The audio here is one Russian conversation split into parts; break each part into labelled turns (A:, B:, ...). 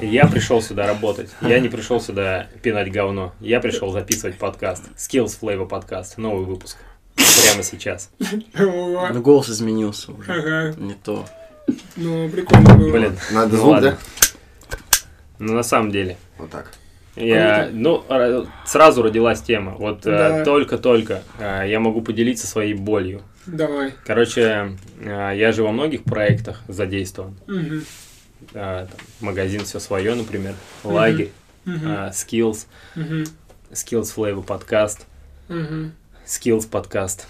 A: Я пришел сюда работать. Я не пришел сюда пинать говно. Я пришел записывать подкаст. Skills Flavor подкаст. Новый выпуск. Прямо сейчас.
B: Ну, голос изменился уже.
C: Ага.
B: Не то.
C: Ну, прикольно было.
A: Блин.
D: Надо
A: Ну
D: звук,
A: ладно.
D: да?
A: Ну, на самом деле.
D: Вот так.
A: Я, ну, ра- сразу родилась тема. Вот э,
C: Да.
A: только-только э, я могу поделиться своей болью.
C: Давай.
A: Короче, э, я же во многих проектах задействован.
C: Мгм.
A: Э, там, магазин все свое, например. Лагерь,
C: Мгм.
A: э, Skills,
C: Мгм.
A: Skills Flavor подкаст,
C: Мгм.
A: Skills подкаст,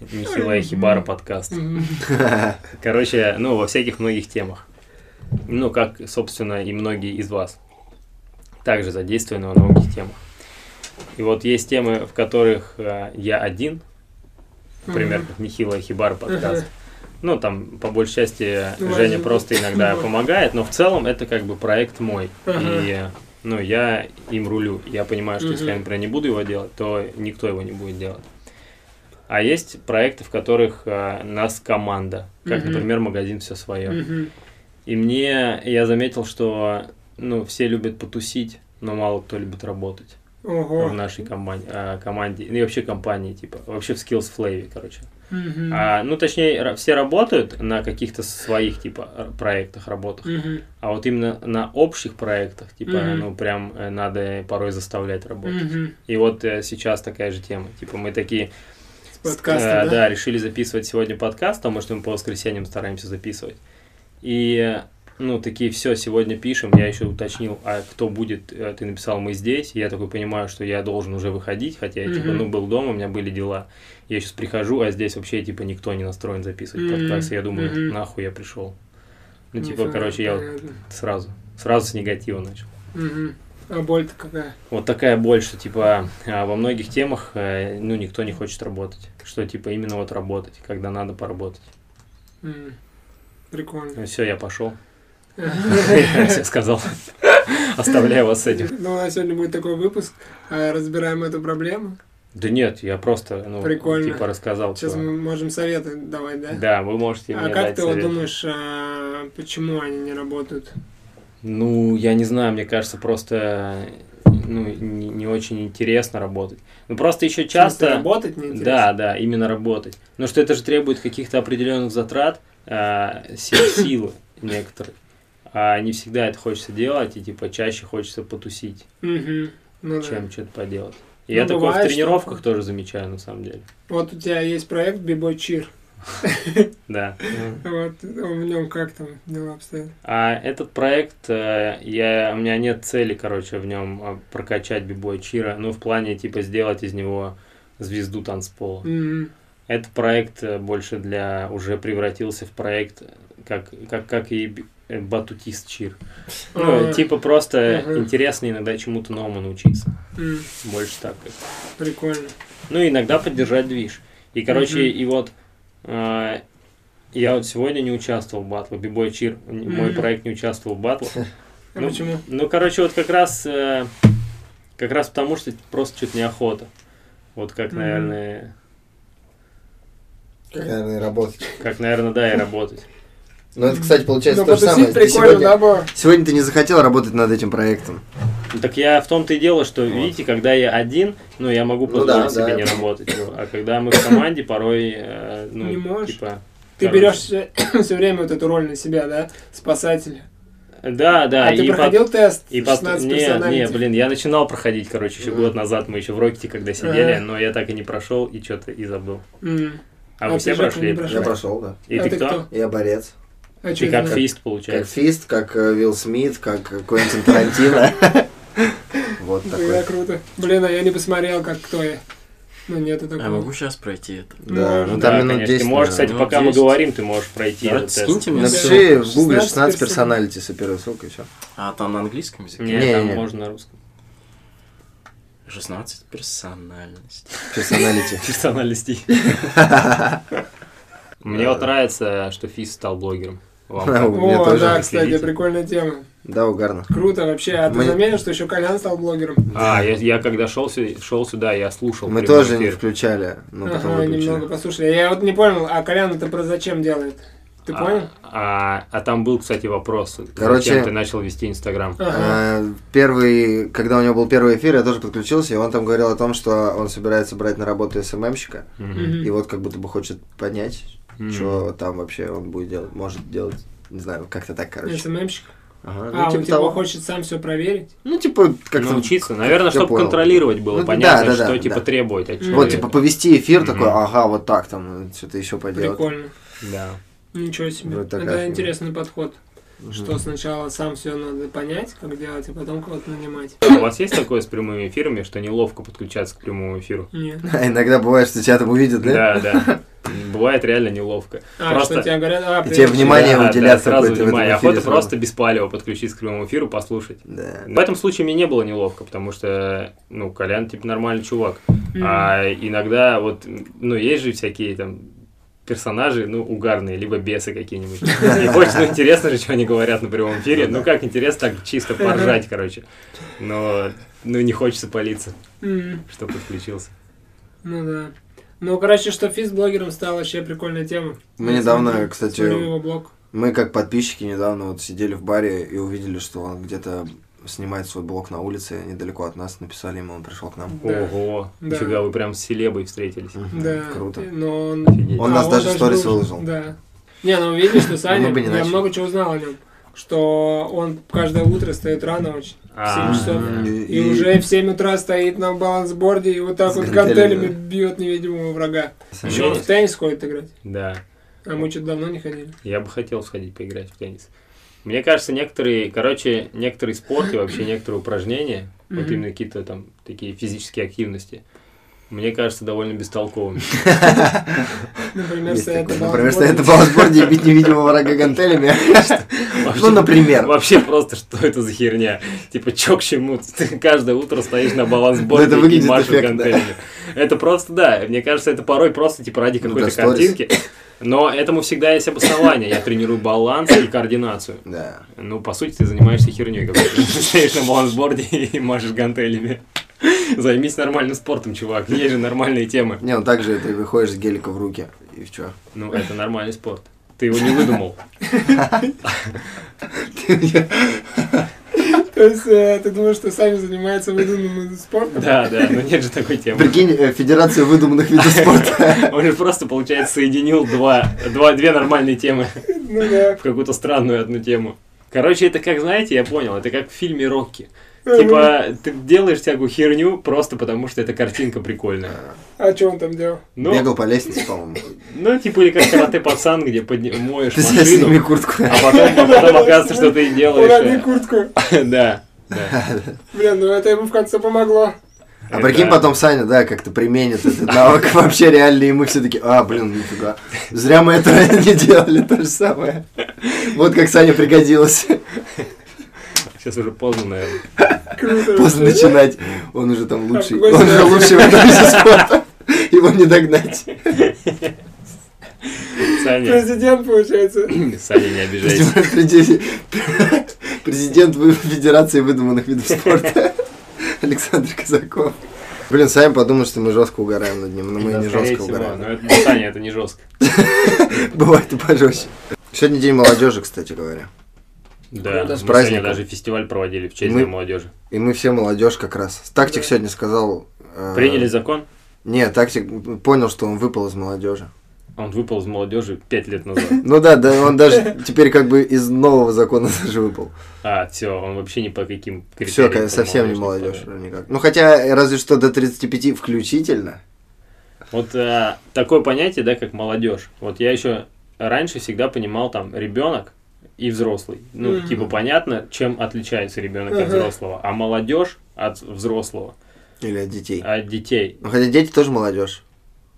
A: Нихила и Хибара подкаст.
C: Мгм.
A: Короче, ну, во всяких многих темах. Ну, как, собственно, и многие из вас. Также задействованы во многих темах. И вот есть темы, в которых э, я один, например,
C: Мгм.
A: как Нехилая Хибара подкаст.
C: Мгм.
A: Ну, там, по большей части,
C: Ну,
A: Женя
C: возьми.
A: просто иногда
C: Ну.
A: помогает, но в целом это как бы проект мой.
C: Ага.
A: И, э, ну, я им рулю. Я понимаю, что если я,
C: Мгм.
A: например, не буду его делать, то никто его не будет делать. А есть проекты, в которых э, нас команда, как,
C: Мгм.
A: например, магазин все свое.
C: Мгм.
A: И мне я заметил, что ну, все любят потусить, но мало кто любит работать в
C: Ого.
A: нашей компании, команде, ну и вообще компании, типа, вообще в Skills Flavor, короче.
C: Мгм.
A: А, ну, точнее, ра- все работают на каких-то своих, типа, р- проектах, работах,
C: Мгм.
A: а вот именно на общих проектах, типа,
C: Мгм.
A: ну, прям э, надо порой заставлять работать.
C: Мгм.
A: И вот э, сейчас такая же тема, типа, мы такие,
C: С подкаста,
A: э,
C: да?
A: решили записывать сегодня подкаст, потому что мы по воскресеньям стараемся записывать. И, ну, такие, все, сегодня пишем. Я еще уточнил, а кто будет, э, ты написал, мы здесь. Я такой понимаю, что я должен уже выходить, хотя я, типа,
C: Мгм.
A: ну, был дома, у меня были дела. Я сейчас прихожу, а здесь вообще, типа, никто не настроен записывать
C: Мгм.
A: подкаст. Я думаю,
C: Мгм.
A: нахуй я пришел. Ну, типа,
C: Нифига,
A: короче, я вот
C: понятно.
A: сразу, сразу с негатива начал.
C: Мгм. А боль-то какая?
A: Вот такая боль, что типа а, во многих темах э, ну никто не хочет работать. Что типа именно вот работать, когда надо поработать.
C: М. Прикольно.
A: Ну все, я пошел. Я все сказал. Оставляю вас с этим.
C: Ну, у нас сегодня будет такой выпуск. а, Разбираем эту проблему.
A: Да нет, я просто, ну,
C: Прикольно.
A: типа рассказал.
C: Сейчас
A: всё.
C: мы можем советы давать, да?
A: Да, вы можете
C: А
A: мне
C: как
A: дать
C: ты вот
A: совет.
C: думаешь, а, почему они не работают?
A: Ну, я не знаю, мне кажется, просто ну, не, не очень интересно работать. Ну, просто еще
C: В смысле,
A: часто...
C: работать не
A: Да, да, именно работать. Но что это же требует каких-то определенных затрат, а, си- силы некоторых. А не всегда это хочется делать, и типа чаще хочется потусить,
C: Угу. Ну, да.
A: чем что-то поделать. И
C: Ну,
A: я такое в
C: бывает, что-
A: тренировках тоже замечаю, на самом деле.
C: Вот у тебя есть проект Бибой Чир.
A: Да.
C: Вот в нем как там дела обстоят?
A: А этот проект, э, я, у меня нет цели, короче, в нем прокачать бибой чира, ну, в плане, типа, сделать из него звезду танцпола.
C: Мгм.
A: Этот проект э, больше для уже превратился в проект, э, как, как, как и б- э, батутист чир. Ну,
C: А,
A: типа просто
C: Мгм.
A: интересно иногда чему-то новому научиться.
C: м,
A: Больше так. как.
C: Прикольно.
A: Ну, и иногда поддержать движ. И, короче,
C: Мгм.
A: и вот э, я вот сегодня не участвовал в батлах. Бибой чир, н- мой
C: Мгм.
A: проект не участвовал в батлах.
C: А почему?
A: Ну, короче, вот как раз, э, как раз потому, что просто чуть неохота. Вот как,
C: Мгм.
A: наверное,
D: Как, наверное, работать.
A: как, наверное, да, и работать.
D: Ну, это, кстати, получается
C: Ну,
D: то же самое.
C: потусить
D: Ты
C: прикольно, да,
D: сегодня...
C: было?
D: сегодня ты не захотел работать над этим проектом.
A: Ну, Так я в том-то и дело, что,
D: Вот.
A: видите, когда я один, ну, я могу
D: Ну
A: позволить
D: да,
A: себе
D: да.
A: не работать. Ну, А когда мы в команде, порой, э, ну,
C: Не можешь.
A: типа...
C: Ты
A: короче.
C: берешь все, время вот эту роль на себя, да? Спасателя.
A: Да, да.
C: а ты
A: и пот-
C: проходил тест
A: И потом...
C: 16
A: Не, не,
C: персоналити?
A: блин, я начинал проходить, короче, еще
D: Мгм.
A: год назад. Мы еще в Рокете, когда сидели,
C: Ага.
A: но я так и не прошел, и что-то и забыл.
C: М.
A: А,
C: А
A: вы
C: ты
A: все
C: же не
A: прошли?
C: прошел.
D: Я прошел, да.
A: И
C: А
A: ты
C: ты
A: кто?
C: кто?
D: Я борец.
C: А чё
A: Ты
C: это
A: как
C: значит?
A: фист,
D: Как
A: получается.
D: Фист, как э, Уилл Смит, как э, Квентин Тарантино. Вот
C: Тогда
D: такой.
C: круто. Блин, а я не посмотрел, как кто я. Ну, нету
B: А
C: такого.
B: могу сейчас пройти это?
D: Да, ну
C: Можно.
A: Да,
D: там минут
A: конечно.
D: 10.
A: Ты можешь,
D: наверное.
A: кстати,
B: Ну,
A: пока мы
B: 10.
A: говорим, ты можешь пройти
B: Давайте
A: этот тест.
D: Ну,
B: скиньте мне ссылку.
D: Напиши в
C: 16
D: гугле
C: персонал.
D: 16 персоналити первой ссылкой, все.
B: А там на английском языке?
A: Нет,
D: Не,
A: там
D: не.
A: можно на русском.
B: 16 персональностей.
D: Персоналити.
A: Персоналистей. Мне
D: Да,
A: вот
D: да.
A: нравится, что Фист стал блогером. Вам
D: Да,
A: как?
D: у меня
C: О,
D: тоже.
C: да, кстати,
A: Следите.
C: прикольная тема.
D: Да, угарно.
C: Круто вообще. А ты
D: Мы-
C: заметил, что еще Колян стал блогером?
A: А, я, я когда шел, сю- шел сюда, я слушал.
D: Мы
A: прямой
D: тоже не
A: эфир.
D: включали, но Ну, потом
C: ага, немного
D: выключили.
C: послушали. Я вот не понял, а Колян это про зачем делает? Ты
A: А-
C: понял?
A: А, а там был, кстати, вопрос.
D: Короче-
A: Зачем ты начал вести Инстаграм?
C: Ага.
D: Э, Первый, когда у него был первый эфир, я тоже подключился, и он там говорил о том, что он собирается брать на работу эм СММщика,
A: Мгм.
C: Мгм.
D: и вот как будто бы хочет понять,
A: Мгм.
D: что там вообще он будет делать, может делать, не знаю, как-то так, короче.
C: СММщик.
D: Ага, ну,
C: А, он
D: типа
C: типа
D: того.
C: хочет сам все проверить?
D: Ну, типа, как-то...
A: Научиться. Наверное,
D: я
A: чтобы
D: понял.
A: контролировать было.
D: Ну, да,
A: Понятно,
D: да,
A: что
D: да,
A: типа
D: да.
A: требовать от
C: Вот,
A: человека.
D: Вот, типа, повести эфир
A: Мгм.
D: такой, ага, вот так там, что-то еще поделать.
C: Прикольно.
A: Да.
C: Ничего себе.
D: Вот
C: Это
D: такая фигня.
C: интересный подход.
D: Мгм.
C: Что сначала сам все надо понять, как делать, а потом кого-то нанимать.
A: А У вас есть такое с прямыми эфирами, что неловко подключаться к прямому эфиру?
C: Нет.
D: А иногда бывает, что тебя там увидят, да?
A: Да, да. Бывает реально неловко.
C: А,
A: Просто-
C: что тебе говорят, а,
D: И тебе внимание
A: Да,
D: уделят
A: да, сразу
D: какое-то в этом
A: внимание.
D: эфире
A: Охота
D: сразу.
A: просто без палева подключиться к прямому эфиру, послушать.
D: Да.
A: В этом случае мне не было неловко, потому что, ну, Колян, типа, нормальный чувак.
C: Мгм.
A: А иногда вот, ну, есть же всякие там персонажи, ну, угарные, либо бесы какие-нибудь. И очень ну, интересно же, что они говорят на прямом эфире. Ну, как интересно, так чисто поржать, короче. Но, ну, не хочется палиться,
C: Мгм.
A: что подключился.
C: Ну да. Ну, короче, что физ-блогером стала вообще прикольная тема.
D: Мы
C: Я
D: недавно,
C: смотрю-
D: кстати,
C: смотрю его блог.
D: Мы как подписчики недавно вот сидели в баре и увидели, что он где-то снимает свой блог на улице недалеко от нас. Написали ему, он пришел к нам.
C: Да.
A: Ого,
C: Да.
A: нифига, вы прям с селебой встретились.
D: Мгм,
C: Да.
D: Круто.
C: Но он...
A: Офигеть.
D: Он
C: а,
D: нас даже в сторис
C: был-
D: выложил.
C: Да. Не, ну видишь, что Саня,
D: Мы бы не
C: я
D: начали.
C: много чего узнал о нем. Что он каждое утро стоит рано очень.
A: А,
C: Семь часов.
D: Мгм,
C: И, уже в 7 утра стоит на балансборде и вот так
D: С
C: вот
D: гантелями,
C: гантелями бьет невидимого врага.
A: Мгм.
C: Еще он в теннис ходит играть.
A: Да.
C: А мы что-то давно не ходили.
A: Я бы хотел сходить поиграть в теннис. Мне кажется, некоторые, короче, некоторые спорты, вообще некоторые упражнения, вот
C: Мгм.
A: именно какие-то там такие физические активности, мне кажется, довольно бестолковыми.
C: Например,
D: Есть
C: стоят
D: такое.
C: на
D: Например, стоит на
C: балансборде.
D: балансборде и бить невидимого врага гантелями. Ну, например.
A: Вообще просто, что это за херня? Типа, чё к чему? Ты каждое утро стоишь на
D: Ну,
A: балансборде
D: это
A: и
D: выглядит
A: машешь
D: эффектно.
A: гантелями. Это просто, да, мне кажется, это порой просто, типа, ради
D: Ну,
A: какой-то
D: да, сторис.
A: картинки. Но этому всегда есть обоснование. Я тренирую баланс и координацию.
D: Да.
A: Ну, по сути, ты занимаешься херней какой-то. Ты Стоишь на балансборде и машешь гантелями. Займись нормальным спортом, чувак. Есть же нормальные темы.
D: Не, ну так же ты выходишь с гелика в руки. И в чё?
A: Ну, это нормальный спорт. Ты его не выдумал.
C: То есть э, ты думаешь, что сами занимаются выдуманным спортом?
A: Да, да, но нет же такой темы.
D: Прикинь, э, Федерация выдуманных видов спорта.
A: Он же просто, получается, соединил два, два, две нормальные темы
C: Ну да.
A: в какую-то странную одну тему. Короче, это как, знаете, я понял, это как в фильме «Рокки».
D: Э,
C: А,
D: ну.
A: Типа, ты делаешь всякую херню просто потому, что эта картинка прикольная.
C: А что он там делал?
A: Ну,
D: Бегал по лестнице, по-моему.
A: ну типа, или как «Карате-пацан», где подня- моешь
D: Ты сейчас
A: машину,
D: сними куртку.
A: А потом, а потом оказывается, что ты и
C: Урони
A: делаешь.
C: куртку.
A: э, Да. да.
C: Блин, ну это ему в конце помогло.
D: А прикинь,
A: Это-
D: потом Саня, да, как-то применит этот навык вообще реально, и мы все таки а, блин, нифига, зря мы это не делали, то же самое. Вот как Саня пригодился.
A: Сейчас уже поздно, наверное.
C: Круто.
D: Поздно начинать, он уже там лучший,
C: какой
D: он же
C: Саня?
D: лучший в этом виде спорта. Его не догнать.
A: Саня,
C: Президент, получается.
A: Саня, не обижайся.
D: Президент- Президент вы- Федерации выдуманных видов спорта. Александр Казаков. Блин, Саня подумал, что мы жестко угораем над ним, но ну, мы
A: Да,
D: не
A: скорее
D: жестко
A: всего,
D: угораем.
A: но это- Саня, это не жестко.
D: Бывает и пожестче. Сегодня день молодежи, кстати говоря.
A: Да,
D: Круто. Ну, С
A: мы сегодня
D: праздником.
A: даже фестиваль проводили в честь
D: Мы-
A: Дня молодежи.
D: И мы все молодежь как раз. Тактик
C: Да.
D: сегодня сказал... э,
A: Приняли закон,
D: Не, тактик понял, что он выпал из молодежи.
A: он выпал из молодежи пять лет назад.
D: Ну да, да, он даже теперь как бы из нового закона даже выпал.
A: А, все, он вообще ни по каким критериям.
D: Все,
A: под
D: совсем не
A: молодежь
D: молодежь
A: не
D: никак. Ну хотя, разве что до 35 включительно.
A: попадает. Вот а, такое понятие, да, как молодежь. Вот я еще раньше всегда понимал там ребенок и взрослый. Ну,
C: Мгм.
A: типа понятно, чем отличается ребенок от
C: Ага.
A: взрослого, а молодежь от взрослого.
D: Или от детей.
A: От детей.
D: Ну хотя дети тоже молодежь.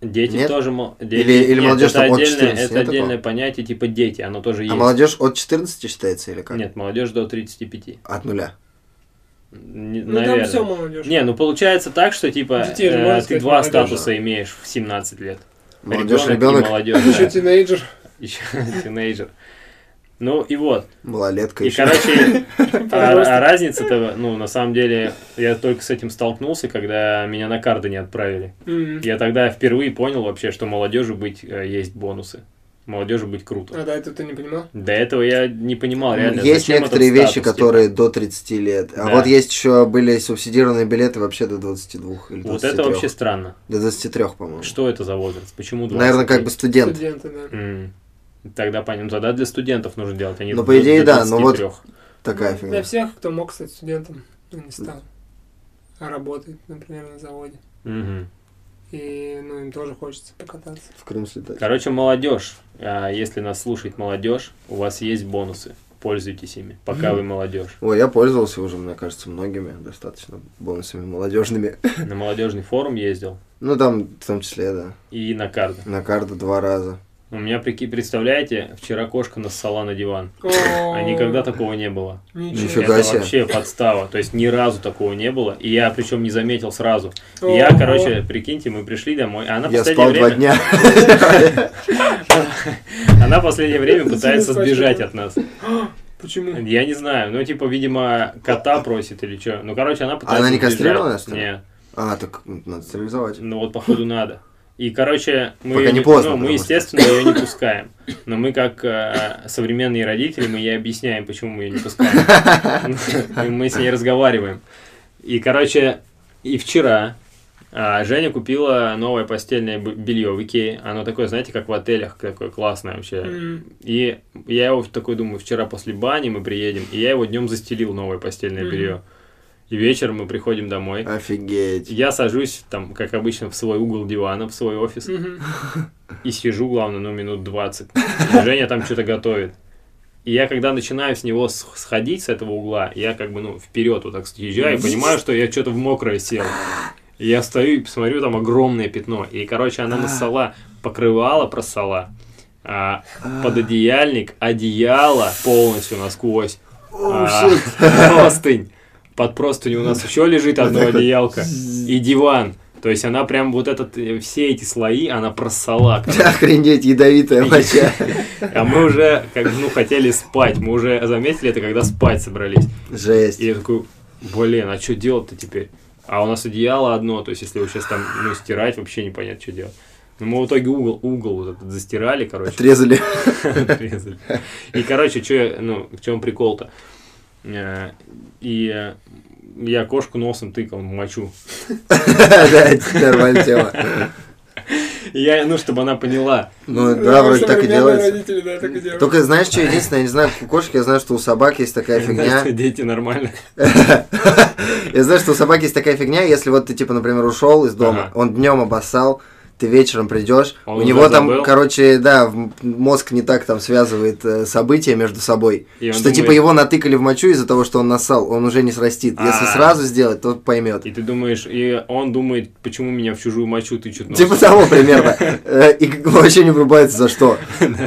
A: Дети
D: Нет?
A: тоже мол- дети-
D: Или- или
A: Нет,
D: молодежь
A: это
D: там от
A: отдельное,
D: 14,
A: это
D: нет
A: отдельное
D: такого?
A: понятие типа дети, оно тоже
D: А
A: есть.
D: молодежь от 14 считается или как?
A: Нет, молодежь до 35.
D: От нуля.
A: Не-
C: Ну там
A: наверное.
C: все молодежь.
A: не, ну получается так, что типа
C: Детей же
A: э,
C: можно
A: ты
C: сказать,
A: два
C: молодежь,
A: статуса имеешь в 17 лет.
D: Молодежь,
A: Ребенок и
D: ребенок,
A: молодежь. да.
C: Еще тинейджер.
A: Еще тинейджер. Ну и вот.
D: малолетка
A: И,
D: еще.
A: короче,
C: Подросток.
A: а- а разница-то, ну, на самом деле, я только с этим столкнулся, когда меня на карды не отправили.
C: Мгм.
A: Я тогда впервые понял вообще, что молодежи быть э, есть бонусы. молодежи быть круто.
C: А, да, это ты не понимал?
A: До этого я не понимал реально.
D: есть
A: зачем
D: некоторые
A: этот статус,
D: вещи,
A: типа?
D: которые до 30 лет. А
A: Да.
D: вот есть еще были субсидированные билеты вообще до 22 или 23.
A: Вот это вообще странно.
D: До 23, по-моему.
A: Что это за возраст? Почему 20?
D: Наверное, Ну, как бы студент.
C: Студенты, да.
A: М. Тогда понятно. Ну, Тогда для студентов нужно делать, а не
D: Ну, по идее, да, но вот-
A: 23.
D: Такая
C: Ну,
D: фигня.
C: Для всех, кто мог стать студентом, но не стал. А работает, например, на заводе.
A: Мгм.
C: И ну, им тоже хочется покататься.
D: В Крым слетать.
A: Короче, молодежь. а, Если нас слушает молодежь, у вас есть бонусы. Пользуйтесь ими, пока вы молодежь.
D: Ой, я пользовался уже, мне кажется, многими достаточно бонусами молодежными.
A: На молодежный форум ездил
D: Ну, там, в том числе, да.
A: и на карды.
D: На карту два раза.
A: У меня, прики- представляете, вчера кошка нассала на диван. А
C: О,
A: никогда такого не было.
D: Нифига
A: это
D: себе.
A: вообще подстава. То есть ни разу такого не было. И я причем не заметил сразу.
C: О,
A: Я, короче, прикиньте, мы пришли домой. а Она
D: я
A: последнее
D: спал
A: время...
D: два дня.
A: Она последнее время пытается
C: Спасибо,
A: сбежать
C: спасибо.
A: от нас.
C: Почему?
A: Я не знаю. Ну, типа, видимо, кота просит или что. Ну, короче, она пытается
D: Она не
A: сбежать.
D: кастрированная, что ли?
A: Нет.
D: А, так ну, надо стерилизовать.
A: Ну, вот, походу, надо. И, короче, мы,
D: Пока
A: её
D: не поздно,
A: ну, мы
D: потому что-
A: естественно, ее не пускаем. Но мы, как э, современные родители, мы ей объясняем, почему мы ее не пускаем. И мы с ней разговариваем. И, короче, и вчера а, Женя купила новое постельное б- белье в Икее. Оно такое, знаете, как в отелях, такое классное вообще.
C: М,
A: И я его такой думаю, вчера после бани мы приедем, и я его днем застелил новое постельное
C: Мгм.
A: белье. И вечером мы приходим домой.
D: Офигеть.
A: Я сажусь, там, как обычно, в свой угол дивана, в свой офис,
C: мгм.
A: и сижу, главное, ну, минут 20. Женя там что-то готовит. И я, когда начинаю с него с- сходить, с этого угла, я как бы, ну, вперед вот так съезжаю и понимаю, что я что-то в мокрое сел. И я стою и посмотрю, там огромное пятно. И, короче, она нассала, покрывала, просала, а, пододеяльник, одеяло полностью насквозь, а, простынь. Под простынью у нас еще лежит одно одеялко и диван. То есть она прям вот этот, э, все эти слои, она просала. короче.
D: Охренеть, ядовитая моча.
A: А мы уже, как бы, ну, хотели спать. Мы уже заметили это, когда спать собрались.
D: Жесть.
A: И я такой, блин, а что делать-то теперь? А у нас одеяло одно, то есть если его сейчас там, ну, стирать, вообще непонятно, что делать. Ну, мы в итоге угол, угол вот этот застирали, короче.
D: Отрезали.
A: Отрезали. И, короче, чё, я- ну, в чем прикол-то? Э, И э, я кошку носом тыкал, мочу.
D: Да, это нормальная тема.
A: И я, ну, чтобы она поняла.
D: Ну да, вроде так и
C: Современные
D: делается.
C: родители, да, так и делают.
D: Только знаешь, что единственное, я не знаю, как у кошек, я знаю, что у собак есть такая фигня.
A: что дети нормально.
D: Я знаю, что у собаки есть такая фигня, если вот ты, типа, например, ушел из дома,
A: Ага. А
D: он днем обоссал, ты вечером придешь,
A: Он
D: у
A: уже
D: него там,
A: забыл.
D: короче, да, в- м- мозг не так там связывает э, события между собой,
A: И он
D: что
A: думает-
D: типа его натыкали в мочу из-за того, что он насал, он уже не срастит. Если
A: А.
D: сразу сделать, то поймет.
A: И ты думаешь, и он думает, почему меня в чужую мочу тычут носом.
D: Типа того примерно. Э, И как бы вообще не врубается за что.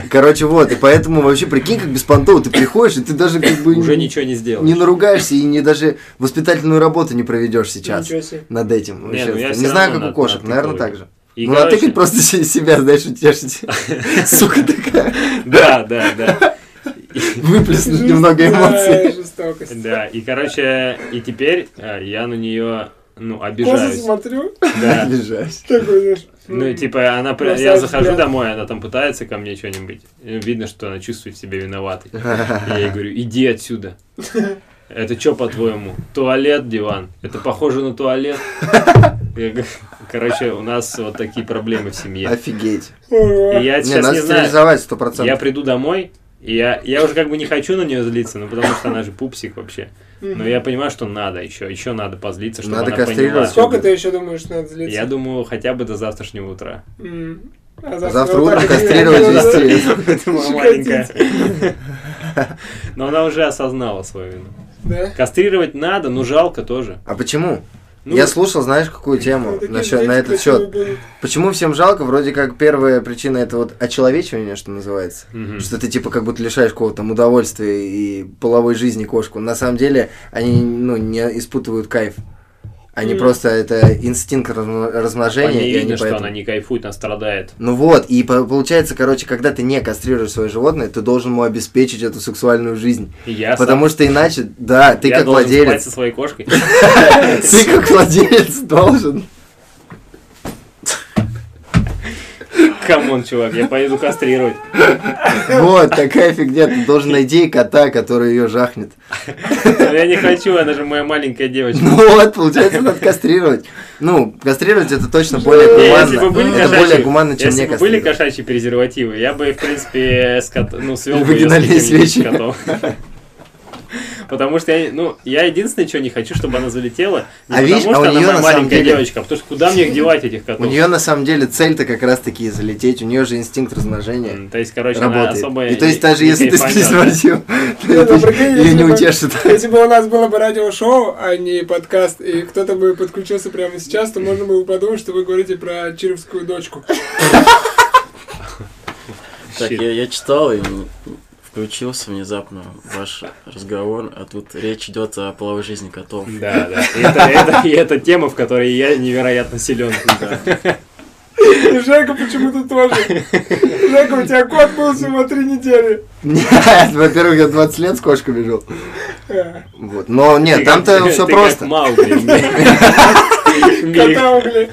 D: Короче, вот. И поэтому вообще прикинь, как беспонтово ты приходишь, и ты даже как бы
A: Уже
D: не-
A: ничего не сделаешь.
D: не наругаешься и не даже воспитательную работу не проведешь сейчас
C: Ничего себе.
D: над этим.
A: Не,
D: Вообще,
A: ну я
D: не
A: всё
D: знаю,
A: равно
D: как у
A: на-
D: кошек,
A: натыкал
D: наверное,
A: их.
D: так же.
A: И,
D: ну,
A: короче,
D: натыкать просто се- себя, знаешь, утешить. Сука такая,
A: Да, да, да.
D: выплеснуть немного
C: Жестокая
D: эмоций.
C: жестокость.
A: Да, и, короче, и теперь э, я на нее, ну,
C: Просто
A: обижаюсь.
C: смотрю,
A: Да.
D: Обижаюсь.
C: такой, знаешь.
A: Ну, типа, она, пр- я
C: Бросаешь
A: захожу
C: взгляд.
A: домой, она там пытается ко мне что-нибудь. и Видно, что она чувствует себя виноватой. Я ей говорю, иди отсюда. Это что, по-твоему? Туалет, диван. Это похоже на туалет. Я говорю, Короче, у нас вот такие проблемы в семье.
D: Офигеть.
A: И
C: Ого.
A: я
D: Не,
A: сейчас
D: надо
A: не знаю,
D: стерилизовать
A: Я
D: 100%.
A: приду домой, и я, я уже как бы не хочу на нее злиться, ну потому что она же пупсик вообще. Но ну, я понимаю, что надо еще, еще надо позлиться, чтобы
D: Надо
A: она поняла.
D: кастрировать.
C: Сколько ты еще думаешь, надо злиться?
A: Я думаю, хотя бы до завтрашнего утра.
C: М. А
D: Завтра
C: вот
D: утром
C: так и-
D: кастрировать
C: Да, да, да.
D: вести.
A: Это моя маленькая. Но она уже осознала свою вину.
C: Да?
A: Кастрировать надо, но жалко тоже.
D: А почему?
A: Ну,
D: Я слушал, знаешь, какую тему
C: Ну, такие
D: насчет-
C: дети
D: на этот
C: красивые
D: счет.
C: будут.
D: Почему всем жалко? Вроде как первая причина это вот очеловечивание, что называется.
A: мгм.
D: Что ты типа как будто лишаешь какого-то там удовольствия и половой жизни кошку. На самом деле они ну, не испытывают кайф. Они
C: Мгм.
D: просто это инстинкт разм-
A: По ней
D: размножения. и они
A: видно, что
D: поэтому-
A: она не кайфует, она страдает.
D: Ну вот, и по- получается, короче, когда ты не кастрируешь свое животное, ты должен ему обеспечить эту сексуальную жизнь.
A: И я
D: Потому что иначе, да, ты
A: я
D: как
A: должен спать
D: владелец.
A: со своей кошкой.
D: Ты как владелец должен.
A: Камон, чувак, я поеду кастрировать.
D: Вот, такая фигня. Ты должен найти кота, который ее жахнет.
A: Но я не хочу, она же моя маленькая девочка.
D: Ну вот, получается, надо кастрировать. Ну, кастрировать Ну, это точно более
A: Не,
D: гуманно.
A: Э, если бы были
D: это
A: кошачьи-
D: более гуманно, чем
A: если
D: не
A: бы были
D: кастрировать.
A: кошачьи презервативы, я бы, в принципе, с кот- ну, свел
D: Или
A: бы ее с
D: вагинальные
A: каким-нибудь
D: свечи.
A: котом. Потому что я, ну, я единственное, чего не хочу, чтобы она залетела, не
D: А видишь,
A: потому
D: а
A: что
D: у
A: она моя
D: неё на самом
A: маленькая
D: деле-
A: девочка, а потому что куда мне их девать, этих котов?
D: У нее на самом деле цель-то как раз-таки залететь. У нее же инстинкт размножения.
A: М, То есть, короче, она
D: Работает.
A: особо...
D: И то есть
A: не-
D: даже
A: не
D: если ты с
A: кайфанет.
D: презервативом,
C: Ну,
D: это
C: прикинь,
D: ее
C: если
D: не
C: бы-
D: утешит.
C: Если бы у нас было бы радиошоу, а не подкаст, и кто-то бы подключился прямо сейчас, то можно было бы подумать, что вы говорите про чировскую дочку.
B: Так,
A: Щит.
B: я, я читал и включился внезапно ваш разговор, а тут речь идет о половой жизни котов.
A: Да, да. И Это, это- и это тема, в которой я невероятно силен.
C: И Жека почему-то тоже. Жека, у тебя кот был всего три недели.
D: Нет, во-первых, я 20 лет с кошками жил.
C: А,
D: Вот. Но нет,
A: Ты
D: там-то
A: как-
D: все
A: ты как
D: просто.
A: Маугли.
C: Кота угли.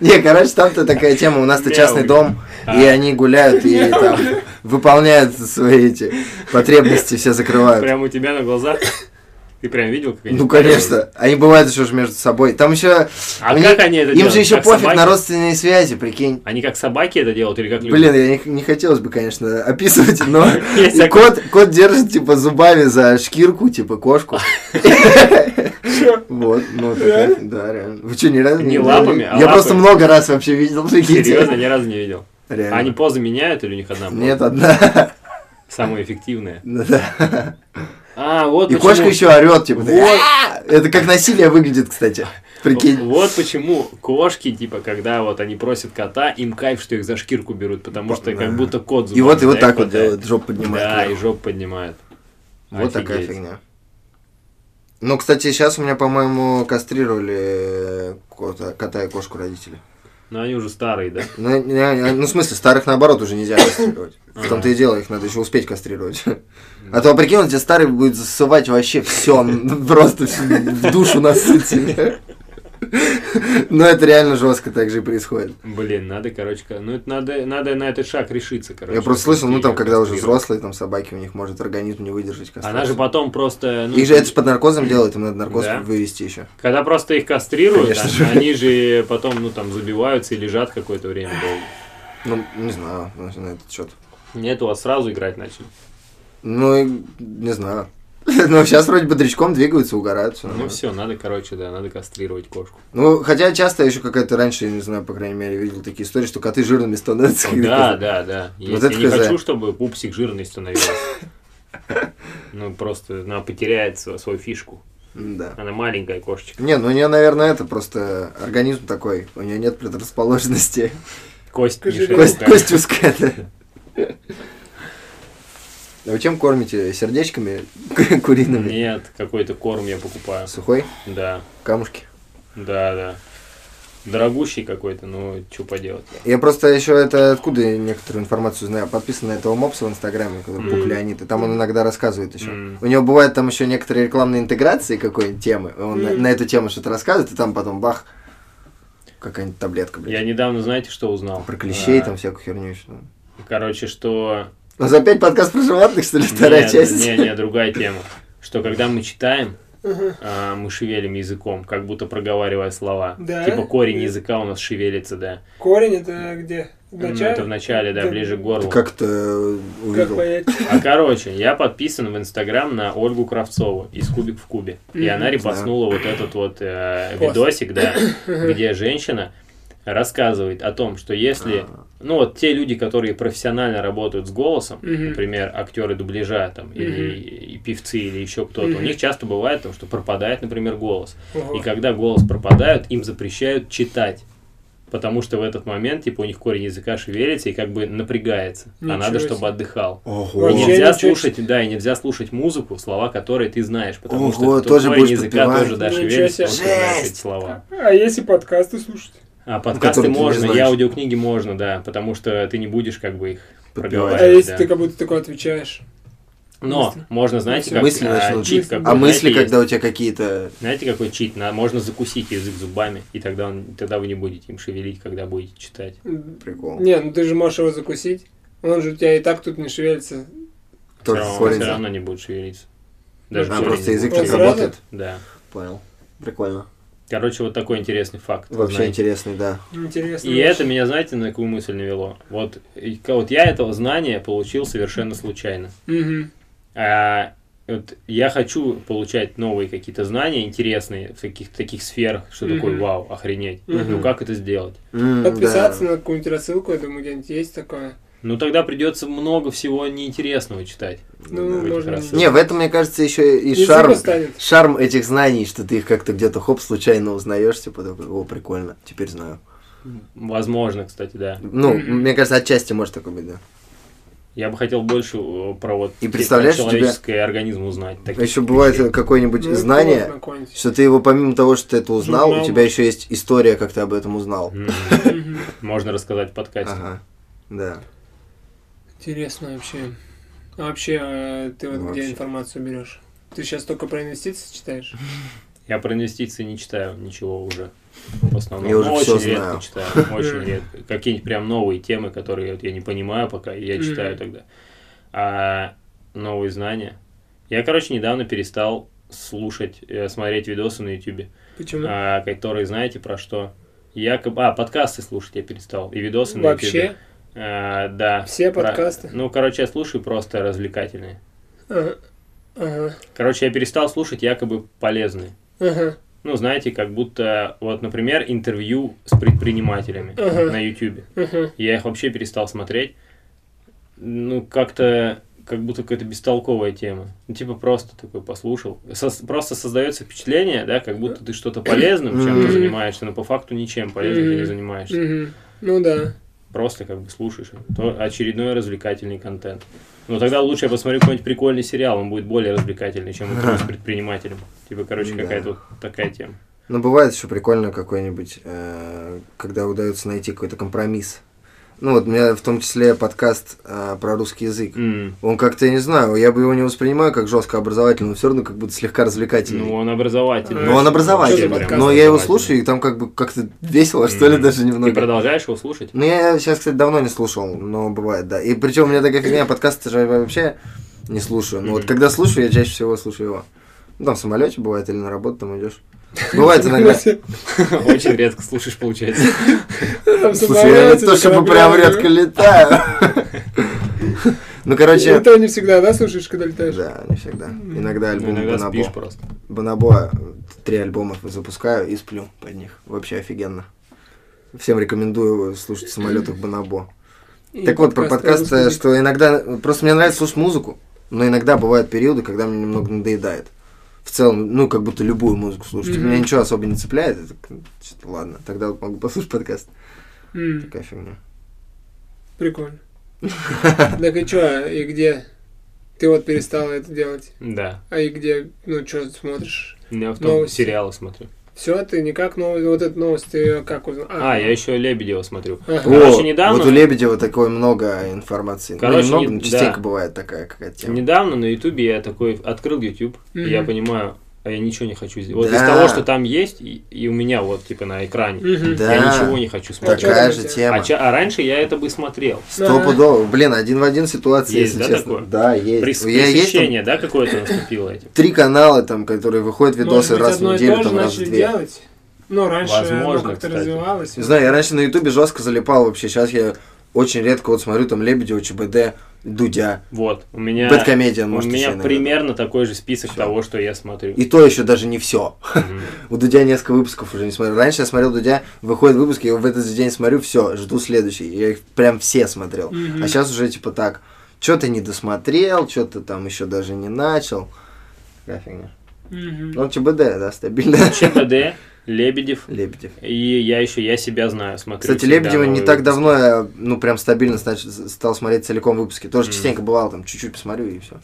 D: Не, короче, там-то такая тема. У нас-то
A: Мяу.
D: частный дом, и
A: А.
D: они гуляют, и там выполняют свои эти потребности, все закрывают.
A: Прямо у тебя на глазах. Ты прям видел, как они?
D: Ну, конечно. Они бывают еще же между собой. Там еще...
A: А
D: они-
A: как они это
D: Им
A: делают?
D: же еще
A: Как
D: пофиг
A: собаки?
D: на родственные связи, прикинь.
A: Они как собаки это делают или как люди?
D: Блин, я не, не хотелось бы, конечно, описывать, но
A: Есть
D: и
A: такой-
D: кот, кот держит, типа, зубами за шкирку, типа, кошку.
C: Чё?
D: Вот, ну, такая, да, реально. Вы что, ни разу
A: Не
D: видели?
A: лапами, а
D: Я просто
A: лапами.
D: много раз вообще видел, прикиньте.
A: Серьезно, ни разу не видел. А
D: Реально.
A: Они позы меняют или у них одна? поза?
D: Нет, одна.
A: Самая эффективная.
D: Ну да.
A: А, вот
D: И
A: почему-
D: кошка еще орет, типа.
A: Вот.
D: «Ааа!» Это как насилие выглядит, кстати. Прикинь.
A: Вот почему кошки, типа, когда вот они просят кота, им кайф, что их за шкирку берут, потому что как
D: Да.
A: будто кот
D: И
A: зубами,
D: вот и
A: да,
D: вот так
A: их
D: вот
A: хватает.
D: делает, жопу
A: Да, и
D: поднимает.
A: жопу поднимают.
D: Вот такая
A: Офигеть.
D: фигня. Ну, кстати, сейчас у меня, по-моему, кастрировали э, кота, кота и кошку родители.
A: Ну, они уже старые, да?
D: Ну, не- не- ну, в смысле, старых, наоборот, уже нельзя кастрировать. В том-то и дело, их надо еще успеть кастрировать. А то, прикинь, он тебе старый будет засывать вообще все, просто всё в душу насыть тебе. Ну, это реально жестко так же и происходит.
A: Блин, надо, короче, ка- ну это надо, надо на этот шаг решиться, короче.
D: Я просто слышал, ну, там,
A: Её
D: когда уже
A: кастрировать.
D: взрослые, там, собаки, у них может организм не выдержать
A: Она же
D: кастрацию.
A: потом просто... ну,
D: Их же это же под наркозом делают, им надо наркоз
A: Да.
D: вывести еще.
A: Когда просто их кастрируют,
D: Конечно
A: а-
D: же.
A: они же потом, ну, там, забиваются и лежат какое-то время долго.
D: Ну, не знаю, на на этот счет.
A: Нет, у вас сразу играть начали.
D: Ну, и не знаю. Но сейчас вроде бодрячком двигаются, угорают. всё
A: Ну
D: нормально.
A: все, надо, короче, да, надо кастрировать кошку.
D: Ну, хотя часто еще какая-то раньше, я не знаю, по крайней мере, видел такие истории, что коты жирными становятся.
A: Да, да, да. Есть-
D: это
A: Я не
D: хз.
A: хочу, чтобы пупсик жирный становился. Ну, просто она потеряет сво- свою фишку.
D: Да.
A: Она маленькая кошечка.
D: Не, ну у нее, наверное, это просто организм такой, у нее нет предрасположенности.
A: Кость не
C: Кожуря.
D: Кость,
A: широкая.
D: кость узкая, да. А вы чем кормите? Сердечками ку- куриными?
A: Нет, какой-то корм я покупаю.
D: Сухой?
A: Да,
D: Камушки?
A: да, да. Дорогущий какой-то, ну, что поделать.
D: Я просто еще это откуда я некоторую информацию знаю. Подписан на этого мопса в Инстаграме, который
A: Мгм.
D: Пук Леонид, и там он иногда рассказывает еще.
A: Мгм.
D: У него бывают там еще некоторые рекламные интеграции какой-нибудь темы. Он на,
C: Мгм.
D: на эту тему что-то рассказывает, и там потом бах, какая-нибудь таблетка, блядь.
A: Я недавно, знаете, что узнал?
D: Про клещей
A: А,
D: там всякую херню еще.
A: Короче, что
D: У нас опять подкаст про животных, что ли, вторая
A: Нет,
D: часть?
A: Не, не, другая тема. Что когда мы читаем,
C: Ага.
A: а, мы шевелим языком, как будто проговаривая слова.
C: Да?
A: Типа корень языка у нас шевелится, да.
C: Корень это где? В
A: Ну,
C: начале?
A: Это в начале, да,
C: Да.
A: ближе к горлу.
D: Ты как-то э,
C: Как
D: увидел.
C: понять?
A: А короче, я подписан в Инстаграм на Ольгу Кравцову из Кубик в Кубе. И
C: Мгм.
A: она репостнула вот этот вот э,
C: Пост.
A: видосик, да, где женщина рассказывает о том, что если,
C: А.
A: ну вот те люди, которые профессионально работают с голосом,
C: Мгм.
A: например, актеры дубляжа там или и певцы или еще кто-то, у
C: Мгм.
A: них часто бывает там, что пропадает, например, голос.
C: Ого.
A: И когда голос пропадает, им запрещают читать. Потому что в этот момент, типа, у них корень языка шевелится и как бы напрягается. а
C: Ничего
A: надо,
C: себе.
A: чтобы отдыхал.
D: Ого.
A: И
C: Вообще
A: нельзя
C: ничего
A: слушать, да, и нельзя слушать музыку, слова, которые ты знаешь, потому что
D: Ого, тоже
A: корень
D: будешь
A: языка
D: подпевать.
A: тоже, да,
C: Ничего
A: шевелится,
C: себе.
A: он знаешь эти
D: Жесть.
A: слова.
C: А если подкасты слушать?
A: А подкасты
D: которые ты не
A: можно, и
D: знаешь.
A: аудиокниги можно, да, потому что ты не будешь как бы их
D: Подпевать.
C: А
A: проговаривать.
C: если
A: да.
C: ты как будто такой отвечаешь?
A: Но
C: Мысли.
A: можно, знаете, как
D: Мысли
A: а,
D: начнут
A: чит
C: жить.
A: какой,
D: А мысли,
A: знаете, есть?
D: когда у тебя какие-то...
A: Знаете, какой чит? На- можно закусить язык зубами, и тогда, он, тогда вы не будете им шевелить, когда будете читать.
D: Прикол.
C: Не, ну ты же можешь его закусить. Он же у тебя и так тут не шевелится.
D: Тоже
A: все, равно,
D: корень.
A: все равно не будет шевелиться.
D: А,
A: корень
D: просто
A: не
D: язык
A: будет
C: Сразу?
D: так
A: шевелиться.
D: работает.
A: Да.
D: Понял. Прикольно.
A: Короче, вот такой интересный факт.
D: Вообще
A: знаете.
D: интересный, да.
C: Интересно.
A: И это меня, знаете, на какую мысль навело? Вот, и к- вот я этого знания получил совершенно случайно.
C: Мгм.
A: А, вот я хочу получать новые какие-то знания интересные в таких, таких сферах, что такое
C: Мгм.
A: вау, охренеть.
C: Мгм.
A: Ну как это сделать?
D: М,
C: Подписаться
D: да.
C: на какую-нибудь рассылку, я думаю, где-нибудь есть такое.
A: Ну тогда придется много всего неинтересного читать.
C: Ну,
A: да.
C: можно.
A: Прекрасно.
D: Не, в этом, мне кажется, еще и
C: Язык
D: шарм,
C: устанет.
D: шарм этих знаний, что ты их как-то где-то хоп, случайно узнаешь, типа такой, о, прикольно, теперь знаю.
A: Возможно, кстати, да.
D: Ну,
C: Мгм.
D: мне кажется, отчасти может такое быть, да.
A: Я бы хотел больше э, про вот
D: И представляешь, у тебя-
A: человеческий организм узнать. таких
D: Еще бывает
A: вещей.
D: какое-нибудь
C: Ну, и
D: знание,
C: классно какое-нибудь.
D: что ты его помимо того, что ты это узнал,
C: Журнал.
D: у тебя еще есть история, как ты об этом узнал.
A: М,
C: Мгм.
A: Можно рассказать в подкасте.
D: Ага. Да.
C: Интересно вообще. А вообще, э, ты вот где
D: Вообще.
C: информацию берешь? Ты сейчас только про инвестиции читаешь?
A: Я про инвестиции не читаю ничего уже. В основном.
D: Я уже
A: Ну,
D: всё
A: очень
D: знаю.
A: редко читаю. Очень редко. Какие-нибудь прям новые темы, которые вот я не понимаю пока, и я
C: Мгм.
A: читаю тогда. А новые знания. Я, короче, недавно перестал слушать, э, смотреть видосы на YouTube,
C: Почему?
A: а, которые, знаете, про что? Якобы, а, подкасты слушать я перестал, и видосы на YouTube.
C: Вообще?
A: А, да.
C: Все
A: Про-
C: подкасты?
A: Ну, короче, я слушаю просто развлекательные.
C: Ага. Ага.
A: Короче, я перестал слушать якобы полезные.
C: Ага.
A: Ну, знаете, как будто, вот, например, интервью с предпринимателями
C: Ага.
A: на YouTube.
C: Ага.
A: Я их вообще перестал смотреть. Ну, как-то, как будто какая-то бестолковая тема. Ну, типа просто такой послушал. Сос- просто создается впечатление, да, как будто ты что-то полезным чем-то
C: Мгм.
A: занимаешься, но по факту ничем полезным ты не
C: Мгм.
A: занимаешься.
C: Мгм. Ну да.
A: Просто как бы слушаешь. То очередной развлекательный контент. Ну, тогда лучше я посмотрю какой-нибудь прикольный сериал, он будет более развлекательный, чем интервью с предпринимателем. Типа, короче,
D: Да.
A: какая-то вот такая тема.
D: Но Ну, бывает еще прикольно какой-нибудь, э, когда удается найти какой-то компромисс. Ну вот у меня в том числе подкаст э, про русский язык.
A: М.
D: Он как-то, я не знаю, я бы его не воспринимаю как жестко образовательный, он все равно как будто слегка развлекательный.
A: Ну, он образовательный.
D: Но он
C: Э, Что за
D: образовательный.
C: подкаст
D: Но я его слушаю, и там как бы как-то весело, что ли,
A: Мгм.
D: даже
A: Ты
D: немного.
A: продолжаешь его слушать?
D: Ну, я сейчас, кстати, давно не слушал, но бывает, да. И причем у меня такая фигня, подкасты же я вообще не слушаю. Но вот
A: Мгм.
D: когда слушаю, я чаще всего слушаю его. Ну, там в самолете бывает, или на работу там идешь. Бывает иногда.
A: Очень редко слушаешь, получается.
C: Там
D: Слушай, я не
C: самолёте,
D: то,
C: на
D: чтобы
C: корабле,
D: прям
C: ну.
D: редко летаю. Ну, короче...
C: Это не всегда, да, слушаешь, когда летаешь?
D: Да, не всегда. Иногда альбом
A: Иногда
D: Бонабо.
A: спишь просто.
D: Бонабоа э, три альбома запускаю и сплю под них. Вообще офигенно. Всем рекомендую слушать в самолетах Бонабо.
C: И
D: Так вот, про подкаст,
C: «Русский
D: э,
C: язык».
D: что иногда... Просто мне нравится слушать музыку, но иногда бывают периоды, когда мне немного надоедает. В целом, ну, как будто любую музыку слушать.
C: Мгм.
D: Меня ничего особо не цепляет. Я так, «Ну, чё-то ладно, тогда вот могу послушать подкаст.
C: М,
D: Такая фигня.
C: Прикольно. Так и чё, а и где? Ты вот перестала это делать.
A: Да.
C: А и где, ну, что смотришь?
A: Я в том
C: Новости.
A: сериалы смотрю.
C: Все, ты никак новость, вот эту новость ты как узнал?
A: А, я еще Лебедева смотрю.
C: Ага.
A: А, Короче,
D: О,
A: недавно-
D: Вот у Лебедева такое много информации.
A: Короче,
D: ну, немного,
A: не-
D: но частенько
A: да.
D: бывает такая какая-то тема.
A: Недавно на Ютубе я такой открыл YouTube, и я
C: Мгм.
A: понимаю, а я ничего не хочу сделать. Вот
D: Да.
A: из того, что там есть, и, и у меня вот типа на экране,
C: Мгм.
D: Да.
A: я ничего не хочу смотреть.
C: чё там
D: Такая
C: у
D: же
C: тебя?
D: тема.
A: А, ча- а раньше я это бы смотрел.
D: Стопудово. Блин, один в один ситуация,
A: Есть,
D: если
A: да,
D: честно.
A: такое?
D: Да, есть.
A: Прис-
D: У меня есть там
A: Пресыщение, да, какое-то наступило этим?
D: три канала, там, которые выходят видосы
C: Может быть,
D: раз в
C: одно и
D: неделю,
C: то же
D: там раз в
C: начали
D: две.
C: делать? Ну, раньше
A: Возможно,
C: оно как-то
A: кстати.
C: развивалось.
D: Не знаю, я раньше на Ютубе жестко залипал вообще. Сейчас я очень редко вот смотрю там Лебедева, ЧБД, Дудя,
A: Вот, у меня...
D: Бэткомедиан,
A: У
D: может, еще
A: меня
D: иногда.
A: примерно такой же список того, что я смотрю.
D: И то еще даже не все.
A: Мгм.
D: У Дудя несколько выпусков уже не смотрю. Раньше я смотрел Дудя, выходит выпуск, я в этот же день смотрю, все, жду следующий. Я их прям все смотрел.
C: Мгм.
D: А сейчас уже типа так, что-то не досмотрел, что-то там еще даже не начал. Такая фигня.
C: Мгм.
D: Ну, ЧБД, да, стабильно.
A: ЧПД, Лебедев,
D: Лебедев.
A: и я еще «Я себя знаю» смотрю.
D: Кстати,
A: всегда
D: Лебедева не
A: новые
D: так
A: выпуски.
D: давно, я, ну, прям стабильно значит, стал смотреть целиком выпуски. Тоже
A: Мгм.
D: частенько бывало, там, чуть-чуть посмотрю и все.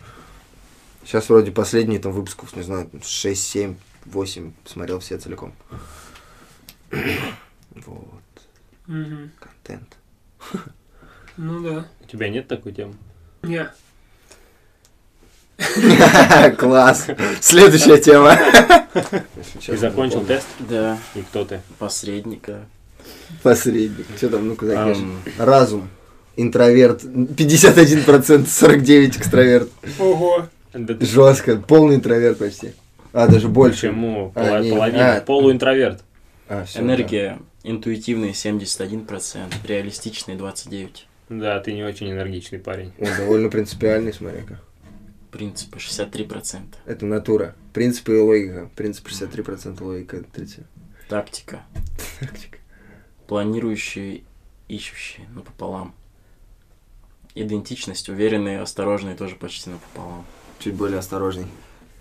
D: Сейчас вроде последние там выпусков, не знаю, там, 6, 7, 8 смотрел все целиком. Вот,
C: Мгм.
D: контент.
C: Ну да.
A: У тебя нет такой темы?
C: Не.
D: Класс. Следующая тема.
A: Ты закончил тест?
B: Да,
A: И кто ты?
B: посредника.
D: Посредник. Что там, ну-ка закажем. Разум. Интроверт. 51%, 49 экстраверт.
C: Ого.
A: Да ты
D: Жестко. Полный интроверт почти. А, даже больше.
A: Почему?
D: А,
A: Пола-
D: не,
A: половина.
D: а.
A: Полуинтроверт.
D: А, всё,
B: Энергия интуитивная 71%, реалистичная 29%,
A: Да, ты не очень энергичный парень.
D: да. Он довольно принципиальный, смотри-ка.
B: принципы 63%,
D: Это натура. Принципы и логика. Принцип 63%, логика 30.
B: тактика,
D: Тактика.
B: планирующие, ищущие напополам, идентичность, уверенные, осторожные тоже почти напополам.
D: Чуть более осторожный.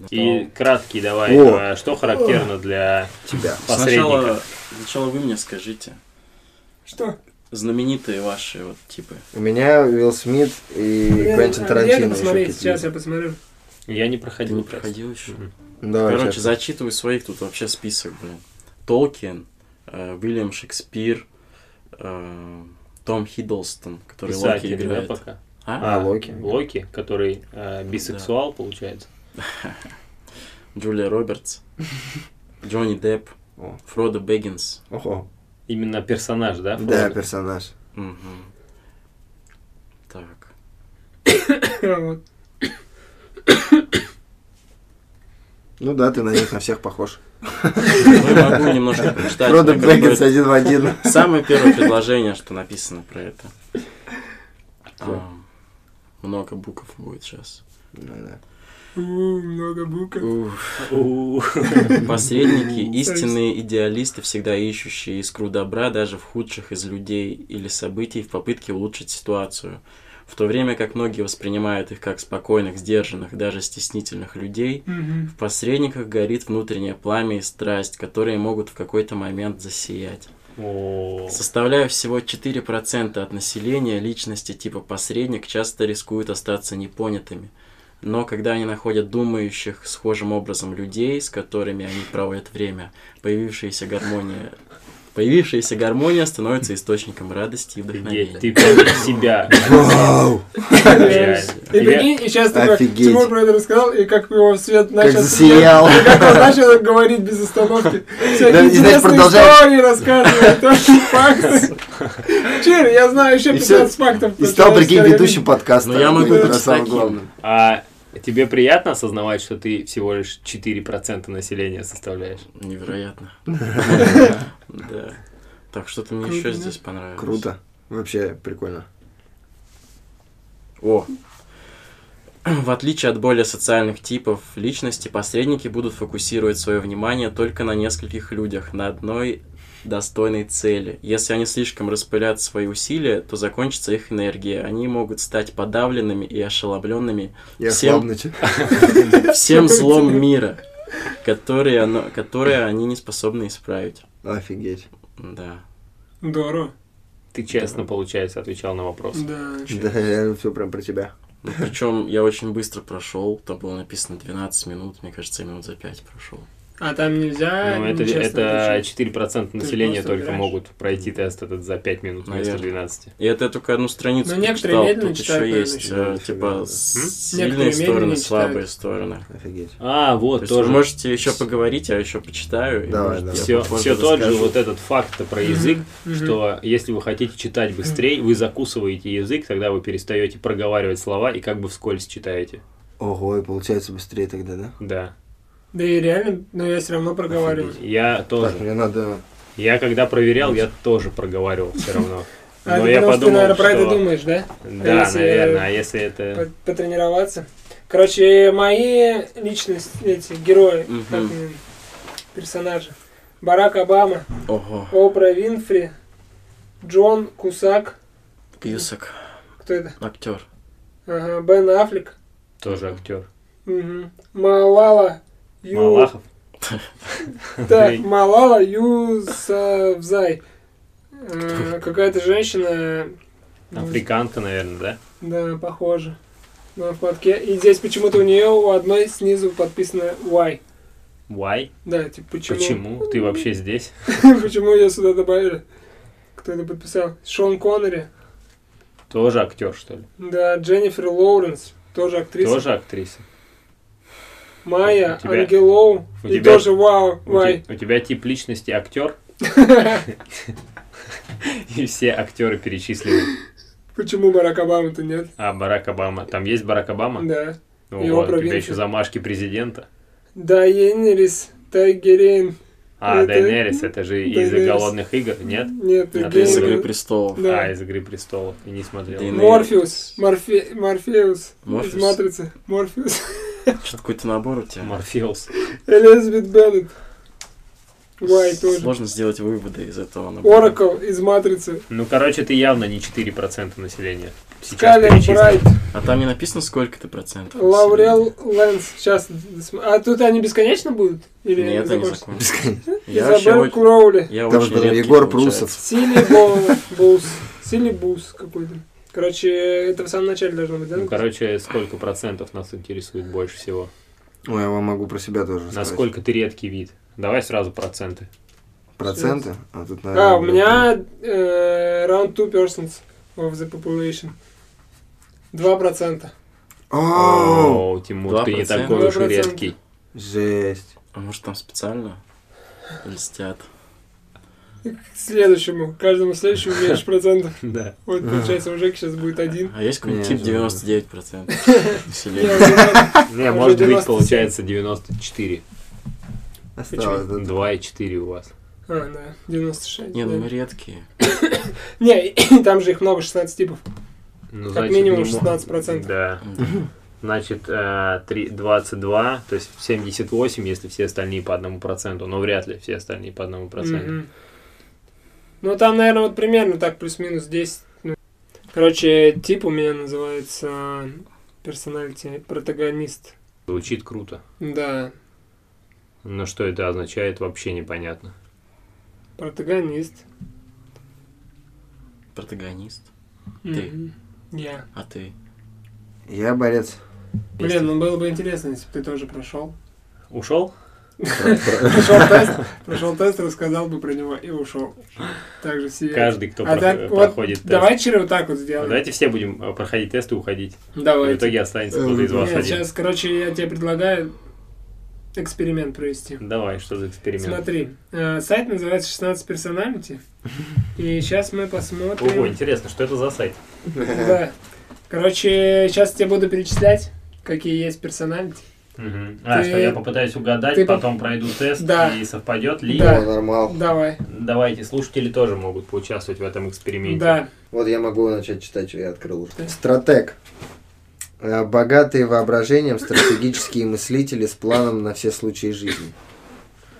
A: И краткий давай,
D: О.
A: э, что характерно для
D: Тебя.
A: посредника?
B: Сначала, сначала вы мне скажите,
C: Что?
B: знаменитые ваши вот типы.
D: У меня Уилл Смит и
C: Блин,
D: Квентин
C: а
D: Тарантино.
C: где это
D: ещё
C: посмотреть?
D: какие-то
C: Сейчас я
D: есть.
C: посмотрю.
A: Я не
B: Ты
A: проходил.
B: не
A: тест.
B: проходил еще?
D: Давай,
B: Короче,
D: сейчас.
B: зачитываю своих, тут вообще список, блин. Толкин, э, Уильям Шекспир, э, Том Хиддлстон, который Локи
A: Писатель, да,
B: играет.
A: пока?
B: А?
D: А, Локи.
A: Локи, который э, бисексуал, получается.
B: Джулия Робертс, Джонни Депп,
D: О.
B: Фродо Бэггинс.
D: Ого.
A: Именно персонаж, да?
D: Да,
A: Фродо?
D: персонаж.
B: Мгм. Так.
C: Вот.
D: Ну да, ты на них на всех похож.
B: Ну, я могу немножко прочитать.
D: Фродо
B: мне как бы
D: Бэггинс один в один.
B: Самое первое предложение, что написано про это. А, Много букв будет сейчас.
D: Да-да.
C: У, много букв.
A: У.
B: Посредники, истинные идеалисты, всегда ищущие искру добра даже в худших из людей или событий в попытке улучшить ситуацию. В то время как многие воспринимают их как спокойных, сдержанных, даже стеснительных людей,
C: Мгм.
B: в посредниках горит внутреннее пламя и страсть, которые могут в какой-то момент засиять.
A: О.
B: Составляя всего 4% от населения, личности типа посредник часто рискуют остаться непонятыми. Но когда они находят думающих схожим образом людей, с которыми они проводят время, появившаяся гармония, появившаяся гармония становится источником радости и
A: Офигеть,
B: вдохновения.
A: Ты прям себя.
D: Вау!
A: Реально.
C: И
A: Я-
C: прикинь, и сейчас ты как
D: Офигеть.
C: Тимур про это рассказал, и как его свет
D: Как
C: начал...
D: засиял.
C: сиять, и Как он начал говорить без остановки. Всякие
D: Да, и, знаешь,
C: интересные
D: продолжает.
C: истории рассказывает, очень факты. Чир, я знаю еще
D: И
C: 15
D: всё.
C: фактов.
D: И
C: про
D: стал,
C: человека,
D: прикинь,
C: который-
D: ведущим подкаста.
B: Ну, я могу
D: Это
B: быть
D: самое
B: таким.
D: главное.
A: А тебе приятно осознавать, что ты всего лишь 4% населения составляешь?
B: Невероятно. Да. Так, что-то мне
C: Круто,
B: еще
C: да?
B: здесь понравилось.
D: Круто. Вообще прикольно.
B: О. В отличие от более социальных типов личности, посредники будут фокусировать свое внимание только на нескольких людях, на одной достойной цели. Если они слишком распылят свои усилия, то закончится их энергия. Они могут стать подавленными и ошеломленными
D: Я
B: Всем-
D: слабнуть.
B: всем злом мира, которые, оно, которые они не способны исправить.
D: Офигеть.
B: Да.
C: Здорово.
A: Ты честно, получается, отвечал на вопрос.
C: Да.
D: Да, все прям про тебя.
B: причем Ну, я очень быстро прошел, там было написано 12 минут, мне кажется, я минут за 5 прошел.
C: А там нельзя
A: Ну, это,
C: нечестно
A: это
C: отвечать?
A: 4% населения
C: просто
A: только
C: играешь.
A: могут пройти тест этот за 5 минут вместо
B: Наверное.
A: 12.
B: И это я только одну страницу
C: Ну, некоторые
B: прочитал,
C: медленно
B: тут
C: читают,
B: еще
C: наверное,
B: есть,
D: читают.
B: э, типа,
D: М?
B: сильные
C: Некоторые медленнее
B: стороны, слабые
C: читают.
B: стороны.
D: Офигеть.
A: А,
B: То
A: вот,
B: есть вы
A: тоже.
B: можете еще поговорить, я еще почитаю. и,
D: Давай,
B: может,
D: давай.
B: я
A: Все,
B: попозже
A: все тот же
B: расскажу.
A: вот этот факт про язык, что если вы хотите читать быстрее, вы закусываете язык, тогда вы перестаете проговаривать слова и как бы вскользь читаете.
D: Ого, и получается быстрее тогда, да?
A: Да.
C: Да и реально, но я все равно проговариваю.
A: Я
D: Так,
A: тоже.
D: мне надо...
A: Я когда проверял, я тоже проговаривал все равно.
C: А
A: Но
C: ты
A: я
C: потому что,
A: подумал,
C: наверное, про это
A: что-
C: думаешь, да? А
A: Да,
C: если,
A: наверное. А если это...
C: По- Потренироваться. Короче, мои личности, эти герои,
B: Мгм.
C: как они, персонажи. Барак Обама,
B: Ого,
C: Опра Винфри, Джон Кусак,
B: Кьюсак,
C: кто это?
B: актер.
C: Ага, Бен Аффлек,
A: Тоже актер.
C: Мгм. Малала Ю...
A: Малахов.
C: Так,
A: Эй.
C: Малала Юсавзай. Э, Какая-то женщина, ну,
A: Африканка, наверное, да?
C: да, похожа на вкладке. И здесь почему-то у нее у одной снизу подписано Y.
A: Why?
C: Да, типа почему?
A: Почему? Ты вообще здесь?
C: Почему ее сюда добавили? Кто это подписал? Шон Коннери.
A: Тоже актер, что ли?
C: Да, Дженнифер Лоуренс. Тоже актриса.
A: Тоже актриса.
C: Майя,
A: У тебя-
C: Ангелоу
A: у
C: и
A: тебя-
C: тоже Вау,
A: У, те-
C: Май.
A: у тебя тип личности актер. И все актеры перечислены.
C: Почему Барак Обама-то нет?
A: А Барак Обама. Там есть Барак Обама?
C: Да.
A: Ну
C: его
A: вот, у тебя
C: провинция.
A: еще замашки президента.
C: Да, Енерис, Тайгерейн.
A: А,
C: Это-
A: Дайнерис, это же из
C: Дейнерис.
A: голодных игр, нет?
C: Нет,
A: А
B: Это из
A: Геймер.
B: «Игры
C: Гейн.
B: престолов».
C: Да.
A: А, из Игры престолов. И не смотрел.
B: Дейнерис.
C: Морфеус. Морфе- Морфеус. Из
B: Морфеус.
C: Матрицы. Морфеус.
B: Что-то какой-то набор у тебя.
A: Морфеус.
C: Элизабет Беннет. Вай тоже.
B: Сложно сделать выводы из этого набора.
C: Оракл из Матрицы.
A: Ну, короче, ты явно не 4% населения. Сейчас
C: Скайлер
A: перечислил.
C: Брайт.
B: А там не написано, сколько ты процентов?
C: Лаурел Лэнс. Сейчас. досм- А тут они бесконечно будут? Или
B: Нет, это не
C: закончатся?
B: закончится.
D: Бесконечно.
B: Я вообще
C: Изабель
B: очень-
C: Кроули.
B: я
D: Там
B: очень
D: же потом
B: редкий,
D: Егор
B: получается.
D: Прусов.
C: Сили Бо- Боус. Сили Бус какой-то. Короче, это в самом начале должно быть, да?
A: Ну, короче, сколько процентов нас интересует больше всего?
D: Ой, я вам могу про себя тоже сказать.
A: Насколько ты редкий вид? Давай сразу проценты.
D: Проценты? А, тут, наверное,
C: А, у
D: блин,
C: меня э, round two persons of the population. 2%.
D: Оу,
A: О, Тимур,
B: Два
A: ты не
B: процента.
A: такой уж и
C: Два процента.
A: редкий.
D: жесть.
B: А может там специально льстят?
C: И К следующему, к каждому следующему меньше процентов.
A: Да.
C: Вот, получается, у Жеки сейчас будет один.
B: А есть какой-нибудь
D: Не,
B: тип 99%
C: Я
B: населения?
C: уже-
A: Не,
C: Уже
A: может быть,
C: 97.
A: получается 94.
D: Осталось. да.
A: 2,4 у вас.
C: А, да, 96.
B: Не, ну мы
C: да.
B: редкие.
C: Не, и там же их много, 16 типов.
A: Ну,
C: Как
A: значит,
C: минимум
A: не мо-
C: 16%.
A: Да.
B: Мгм.
A: Значит, э, три- 22, то есть 78, если все остальные по одному проценту. Но вряд ли все остальные по одному проценту.
C: Мгм. Ну, там, наверное, вот примерно так, плюс-минус 10. ну. Короче, тип у меня называется персоналити протагонист.
A: Звучит круто.
C: Да,
A: Но что это означает, вообще непонятно.
C: протагонист.
B: Протагонист. Ты.
C: Мгм. Я.
B: А ты?
D: Я борец.
A: Если-
C: Блин, ну было бы интересно, если бы ты тоже прошел.
A: Ушел?
C: Прошел тест, прошел тест, рассказал бы про него и ушел. Так же себе.
A: Каждый, кто
C: А
A: прох-
C: так вот
A: проходит тест.
C: Давай Чиро вот так вот
A: Ну,
C: сделаем.
A: Давайте все будем э, проходить тесты и уходить. В
C: Давайте.
A: итоге останется кто-то из вас
C: Нет,
A: один.
C: сейчас, короче, я тебе предлагаю эксперимент провести.
A: Давай, что за эксперимент?
C: Смотри, э, сайт называется 16 персоналити. И сейчас мы посмотрим.
A: Ого, интересно, что это за сайт?
C: Да. Короче, сейчас тебе буду перечислять, какие есть персоналити.
A: Мгм. А,
C: Ты-
A: что я попытаюсь угадать,
C: ты по-
A: потом пройду тест
C: Да.
A: и совпадет ли.
C: Да.
D: О, нормал.
C: Давай.
A: Давайте, слушатели тоже могут поучаствовать в этом эксперименте.
C: Да.
D: Вот я могу начать читать, что я открыл. уже.
C: Да.
D: Стратег. Э, Богатые воображением стратегические мыслители с планом на все случаи жизни.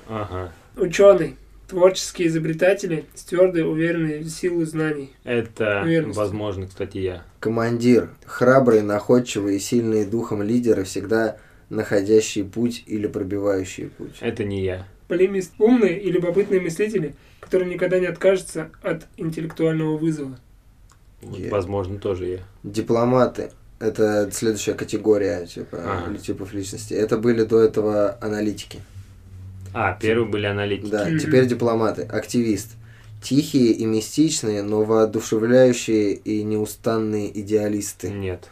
A: Ага.
C: Ученый. Творческие изобретатели с твердой, уверенной в силу знаний.
A: Это,
C: Уверенность.
A: возможно, кстати, я.
D: Командир. Храбрые, находчивые и сильные духом лидеры, всегда находящие путь или пробивающие путь.
A: Это не я.
C: Полемист. Умные и любопытные мыслители, которые никогда не откажутся от интеллектуального вызова.
A: Вот,
D: Я.
A: Возможно, тоже я.
D: Дипломаты. Это следующая категория типа,
A: Ага.
D: ли- типов личности. Это были до этого аналитики.
A: А, первые были аналитики.
D: Да,
C: Мгм.
D: теперь дипломаты. Активист. Тихие и мистичные, но воодушевляющие и неустанные идеалисты.
A: Нет.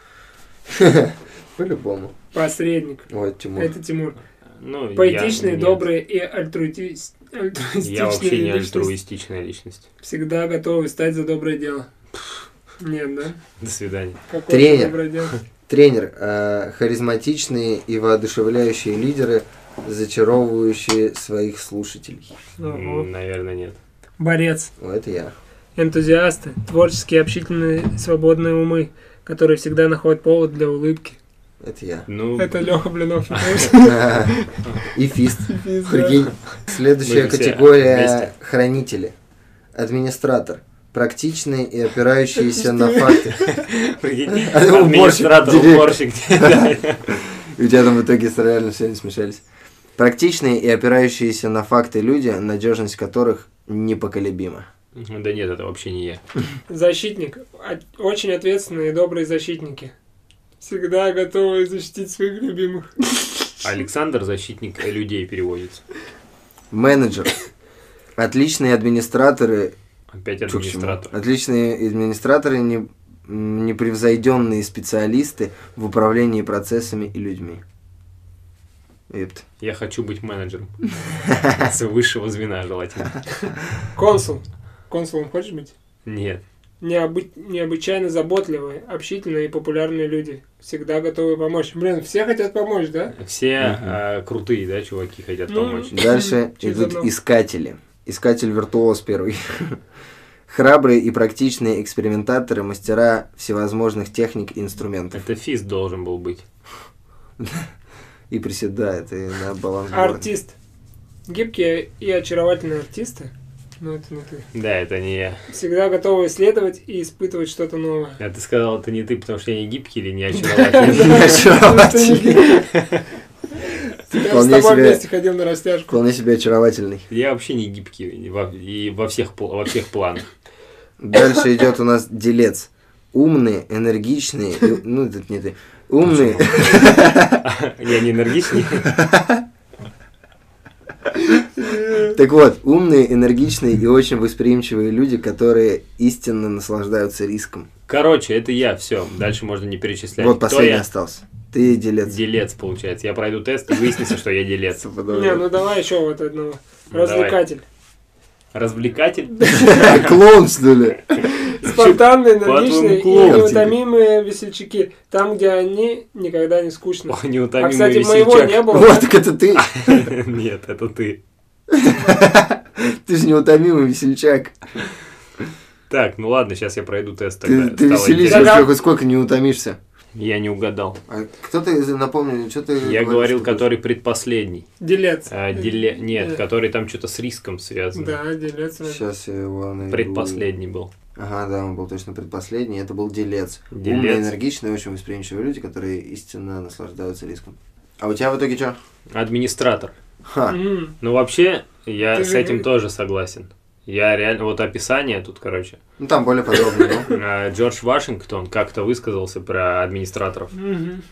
D: По-любому.
C: Посредник.
D: Вот, Тимур.
C: Это Тимур.
A: Ну, я-
C: Поэтичные,
A: нет.
C: добрые и альтруис- альтруистичные
A: Я вообще не
C: личности.
A: альтруистичная личность.
C: Всегда готовы стать за доброе дело. Нет, да?
A: До свидания.
C: Какое
D: Тренер.
C: доброе дело?
D: Тренер. э, харизматичные и воодушевляющие лидеры, зачаровывающие своих слушателей.
A: М,
C: Ого.
A: Наверное, нет.
C: Ну, Борец.
D: О, это я.
C: Энтузиасты. Творческие, общительные, свободные умы, которые всегда находят повод для улыбки.
D: Это я.
A: Ну,
C: Это Леха Блинов. не помнишь?
D: И фист.
C: Пиздец.
D: Прикинь. Следующая
A: Мы все
D: категория
A: вместе.
D: хранители. Администратор. Практичные и опирающиеся на факты.
A: Прикинь,
D: А ты уборщик,
A: Администратор,
D: директор.
A: уборщик. да.
D: И у тебя там в итоге с- реально все не смешались. Практичные и опирающиеся на факты люди, надежность которых непоколебима.
A: Да нет, это вообще не я.
C: Защитник. От- Очень ответственные и добрые защитники. Всегда готовы защитить своих любимых.
A: Александр, защитник людей переводится.
D: Менеджер. Отличные администраторы.
A: Опять
D: Чё к чему?
A: администратор.
D: Отличные администраторы, не- м, непревзойденные специалисты в управлении процессами и людьми. Ёпта.
A: Я хочу быть менеджером. С высшего звена желательно.
C: Консул. Консулом хочешь быть?
A: Нет.
C: Необы- необычайно заботливые, общительные и популярные люди. Всегда готовы помочь. Блин, все хотят помочь, да?
A: Все
B: Мгм.
A: а, крутые, да, чуваки хотят
C: Ну,
A: помочь.
D: Дальше
C: Через
D: идут
C: одно.
D: искатели. Искатель-виртуоз первый. Храбрые и практичные экспериментаторы, мастера всевозможных техник и инструментов.
A: Это фист должен был быть.
D: И приседает, и на баланс.
C: Артист. Гибкие и очаровательные артисты. Ну, это не ты.
A: Да, это не я.
C: Всегда готовы исследовать и испытывать что-то новое.
A: А ты сказал, это не ты, потому что я не гибкий или не
D: Не
A: очаровательный.
D: очаровательный.
C: Я с
D: Вполне
C: тобой
D: себе.
C: вместе ходил на растяжку.
D: Вполне себе очаровательный.
A: Я вообще не гибкий и во, и во всех, пл- во всех планах.
D: Дальше идет у нас делец. Умные, энергичные, и- ну это не ты. Умные,
A: Я не энергичный.
D: так вот, умные, энергичные и очень восприимчивые люди, которые истинно наслаждаются риском.
A: Короче, это я, все. Дальше можно не перечислять.
D: Вот
A: Кто
D: последний
A: я?
D: остался. Ты делец.
A: Делец, получается. Я пройду тест и выяснится, что я делец.
C: Не, ну давай еще вот одного.
A: Ну, давай.
C: Развлекатель.
A: Развлекатель?
D: Клоун, что ли?
C: Спонтанные,
A: По-твоему,
C: энергичные и
A: клоун.
C: неутомимые весельчаки. Там, где они, никогда не скучно.
A: О,
C: А,
A: неутомимый
C: кстати,
A: весельчак.
C: моего не было.
D: Вот, так это ты.
A: Нет, это ты.
D: Ты же неутомимый весельчак.
A: Так, ну ладно, сейчас я пройду тест
D: Ты,
A: тогда.
D: ты
A: Стало
D: веселишься,
A: интересно.
C: Да-да.
D: хоть сколько не утомишься.
A: Я не угадал.
D: А кто ты напомнил, что ты...
A: Я говорил, который предпоследний.
C: Делец.
A: А, деле- Нет,
C: Да.
A: который там что-то с риском связан.
C: Э, Да, делец.
D: Сейчас я его найду.
A: Предпоследний был.
D: Ага, да, он был точно предпоследний. Это был делец.
A: Делец.
D: Умные, энергичные, очень восприимчивые люди, которые истинно наслаждаются риском. А у тебя в итоге что?
A: Администратор.
D: Ха.
C: Мгм.
A: Ну вообще, я
C: Ты
A: с
C: же
A: этим
C: не-
A: тоже согласен. Я реально, вот описание тут, короче.
D: Ну там более подробно, ну.
A: А, Джордж Вашингтон как-то высказался про администраторов.
C: Мгм.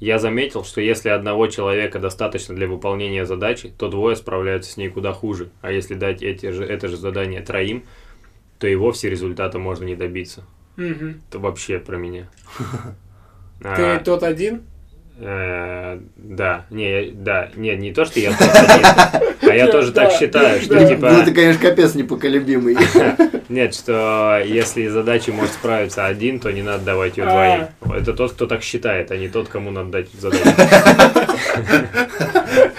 A: Я заметил, что если одного человека достаточно для выполнения задачи, то двое справляются с ней куда хуже. А если дать эти же, это же задание троим, то и вовсе результата можно не добиться.
C: Мгм.
A: Это вообще про меня. А,
C: Ты тот один?
A: э, Да, не, я- да, нет, не то, что я тот один, а я тоже так
C: Да,
A: считаю, что
C: да.
D: Ну ты,
A: типа,
D: конечно, капец непоколебимый.
A: нет, что э, если задача может справиться один, то не надо давать ее
C: А.
A: двоим. Это тот, кто так считает, а не тот, кому надо дать задачу.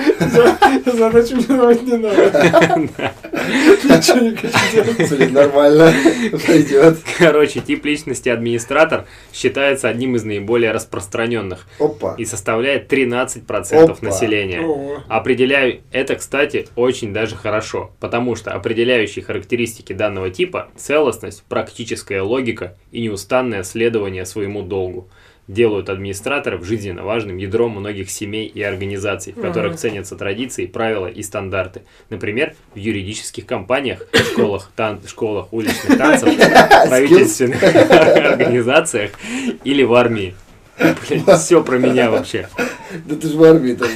C: Задачу мне давать не надо. Ничего не хочу делать.
D: Блин, Нормально. Пойдет.
A: Короче, тип личности администратор считается одним из наиболее распространенных
D: Опа.
A: и составляет 13%
D: Опа.
A: населения.
C: О,
A: Определяю это, кстати, очень даже хорошо, потому что определяющие характеристики данного типа – целостность, практическая логика и неустанное следование своему долгу – делают администраторов жизненно важным ядром многих семей и организаций, в которых
C: Мгм.
A: ценятся традиции, правила и стандарты. Например, в юридических компаниях, школах, тан- школах уличных танцев, правительственных организациях или в армии. все про меня вообще.
D: Да ты же в армии там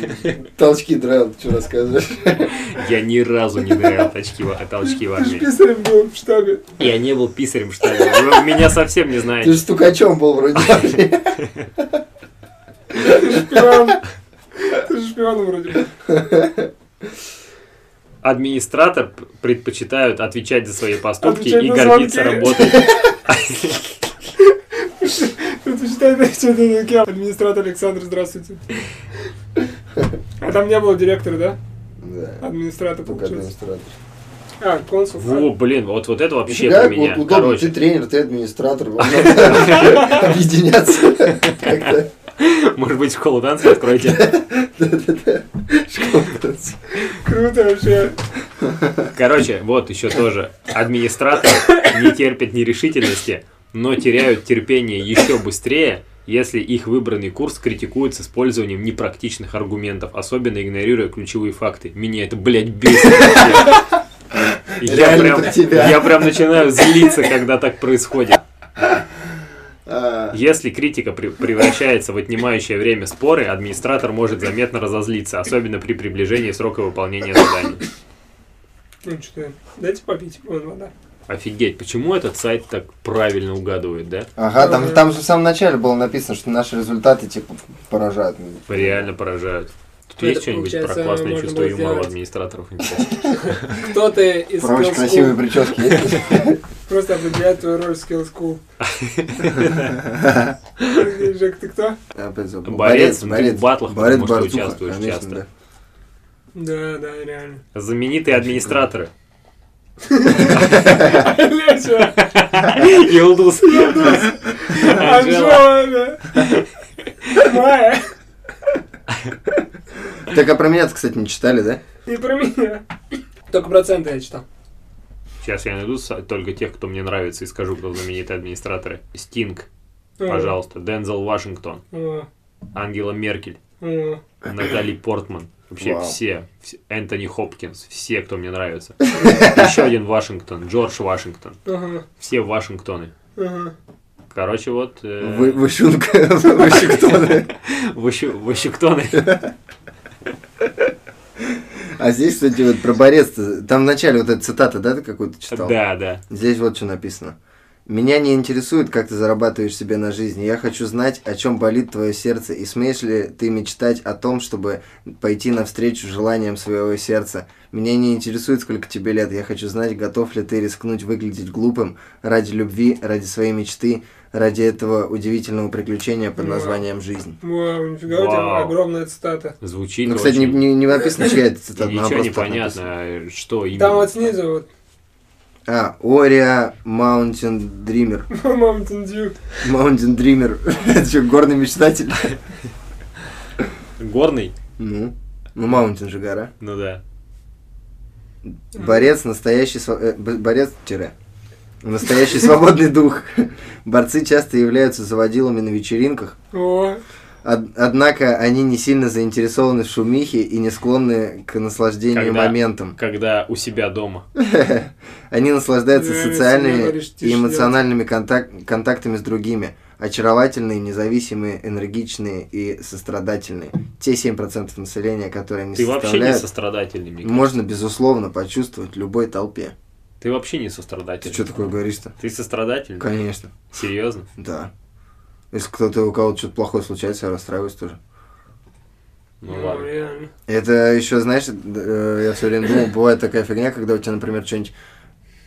D: толчки драл, ты что рассказываешь?
A: Я ни разу не нырял очки, в- толчки в
C: Ты же
A: армии.
C: писарем был в штабе.
A: Я не был писарем штаба. Вы меня совсем не
D: Ты
A: знаете.
D: же стукачом был вроде.
C: Ты же шпион. Ты же шпион вроде бы.
A: Администратор п- предпочитают отвечать за свои поступки
C: Отвечать
A: и
C: на
A: гордиться
C: звонки.
A: работой.
C: Ну, Ты считай, ты что ты такой, Администратор Александр, здравствуйте. А там не было директора, да?
D: Да.
A: А
C: Администратор
D: Только
C: получается.
D: администратор.
C: А, консул.
A: Во, блин, вот, вот это вообще
D: Нифига,
A: про меня.
D: вот удобно, ты
A: Короче,
D: тренер, ты администратор. вам надо Объединяться как-то.
A: может быть, школу танца откройте.
C: Круто вообще.
A: Короче, вот еще тоже. Администраторы не терпят нерешительности, но теряют терпение еще быстрее, если их выбранный курс критикуют с использованием непрактичных аргументов, особенно игнорируя ключевые факты. Меня это, блядь, бесит. вообще. Я
D: Реально
A: прям,
D: про тебя.
A: я прям начинаю злиться, когда так происходит.
D: А,
A: Если критика при- превращается в отнимающее время споры, администратор может заметно разозлиться, особенно при приближении срока выполнения заданий.
C: Ну что, дайте попить, вон вода.
A: Офигеть, почему этот сайт так правильно угадывает, да?
D: Ага, там, там же в самом начале было написано, что наши результаты типа поражают.
A: Реально поражают. Тут Есть
C: Ну, Это
A: что-нибудь про
C: получается,
A: классное
C: можно
A: чувство
C: было
A: юмора
C: сделать.
A: у администраторов?
C: Кто-то из
D: Про очень
C: Skills
D: красивые
C: School
D: прически есть?
C: Просто определяет твою роль в Skill School. Жек, ты кто?
D: Опять забыл.
A: Борец, ну, ты в батлах,
D: Борец
A: потому что
D: Борцуха,
A: участвуешь
D: конечно,
A: часто.
D: да.
C: Да, да, реально.
A: Знаменитые администраторы.
C: Леша,
A: Илдус. Анжела.
C: Анжела, да. Майя.
D: Так, а про меня, кстати, не читали, да?
C: Не про меня. Только проценты я читал.
A: Сейчас я найду со- только тех, кто мне нравится, и скажу, кто знаменитые администраторы. Стинг, пожалуйста. Дензел Вашингтон.
C: О,
A: Ангела Меркель.
C: о.
A: Натали Портман. Вообще
D: Вау.
A: все, все. Энтони Хопкинс. Все, кто мне нравится. Еще один Вашингтон. Джордж Вашингтон.
C: Ага,
A: Все Вашингтоны.
C: ага.
A: Короче, вот... э,
D: Вы- Вышунка, Вашингтона.
A: Ваши- Вашингтоны.
D: А здесь, кстати, вот про борец, там вначале вот эта цитата, да, ты какую-то читал?
A: Да, да.
D: Здесь вот что написано. Меня не интересует, как ты зарабатываешь себе на жизнь. Я хочу знать, о чем болит твое сердце, и смеешь ли ты мечтать о том, чтобы пойти навстречу желаниям своего сердца. Меня не интересует, сколько тебе лет. Я хочу знать, готов ли ты рискнуть выглядеть глупым ради любви, ради своей мечты, ради этого удивительного приключения под
C: Вау.
D: названием жизнь.
C: Вау, нифига у тебя
A: Вау.
C: огромная цитата.
A: Звучит
D: Ну, кстати, не,
A: очень-
D: не- не написано, чья это цитата. она
A: Ничего
D: просто
A: не
D: так написана.
A: понятно, что именно.
C: Там вот снизу вот.
D: А, Ория Mountain Dreamer.
C: Mountain Dew.
D: Mountain Dreamer. Это что, горный мечтатель?
A: Горный?
D: Ну, ну Маунтин же гора.
A: Ну да.
D: Борец настоящий... сва- э, б- борец тире. Настоящий свободный дух. Борцы часто являются заводилами на вечеринках,
C: О,
D: од- однако они не сильно заинтересованы в шумихе и не склонны к наслаждению
A: Когда?
D: моментом.
A: Когда у себя дома.
D: Они наслаждаются
C: Нравится, Ну, мне
D: социальными
C: говоришь,
D: и
C: тишь
D: эмоциональными контак- контактами с другими. Очаровательные, независимые, энергичные и сострадательные. Те 7% населения, которые они
A: Ты вообще не
D: составляют,
A: сострадательный, мне кажется.
D: можно, безусловно, почувствовать в любой толпе.
A: Ты вообще не
D: Ты
A: сострадательный.
D: что такое говоришь-то?
A: Ты сострадательный?
D: Конечно,
A: Серьезно?
D: да. Если кто-то у кого-то что-то плохое случается, я расстраиваюсь тоже.
A: Ну ладно.
C: реально.
D: Это еще, знаешь, э, я все время думал, бывает такая фигня, когда у тебя, например, что-нибудь,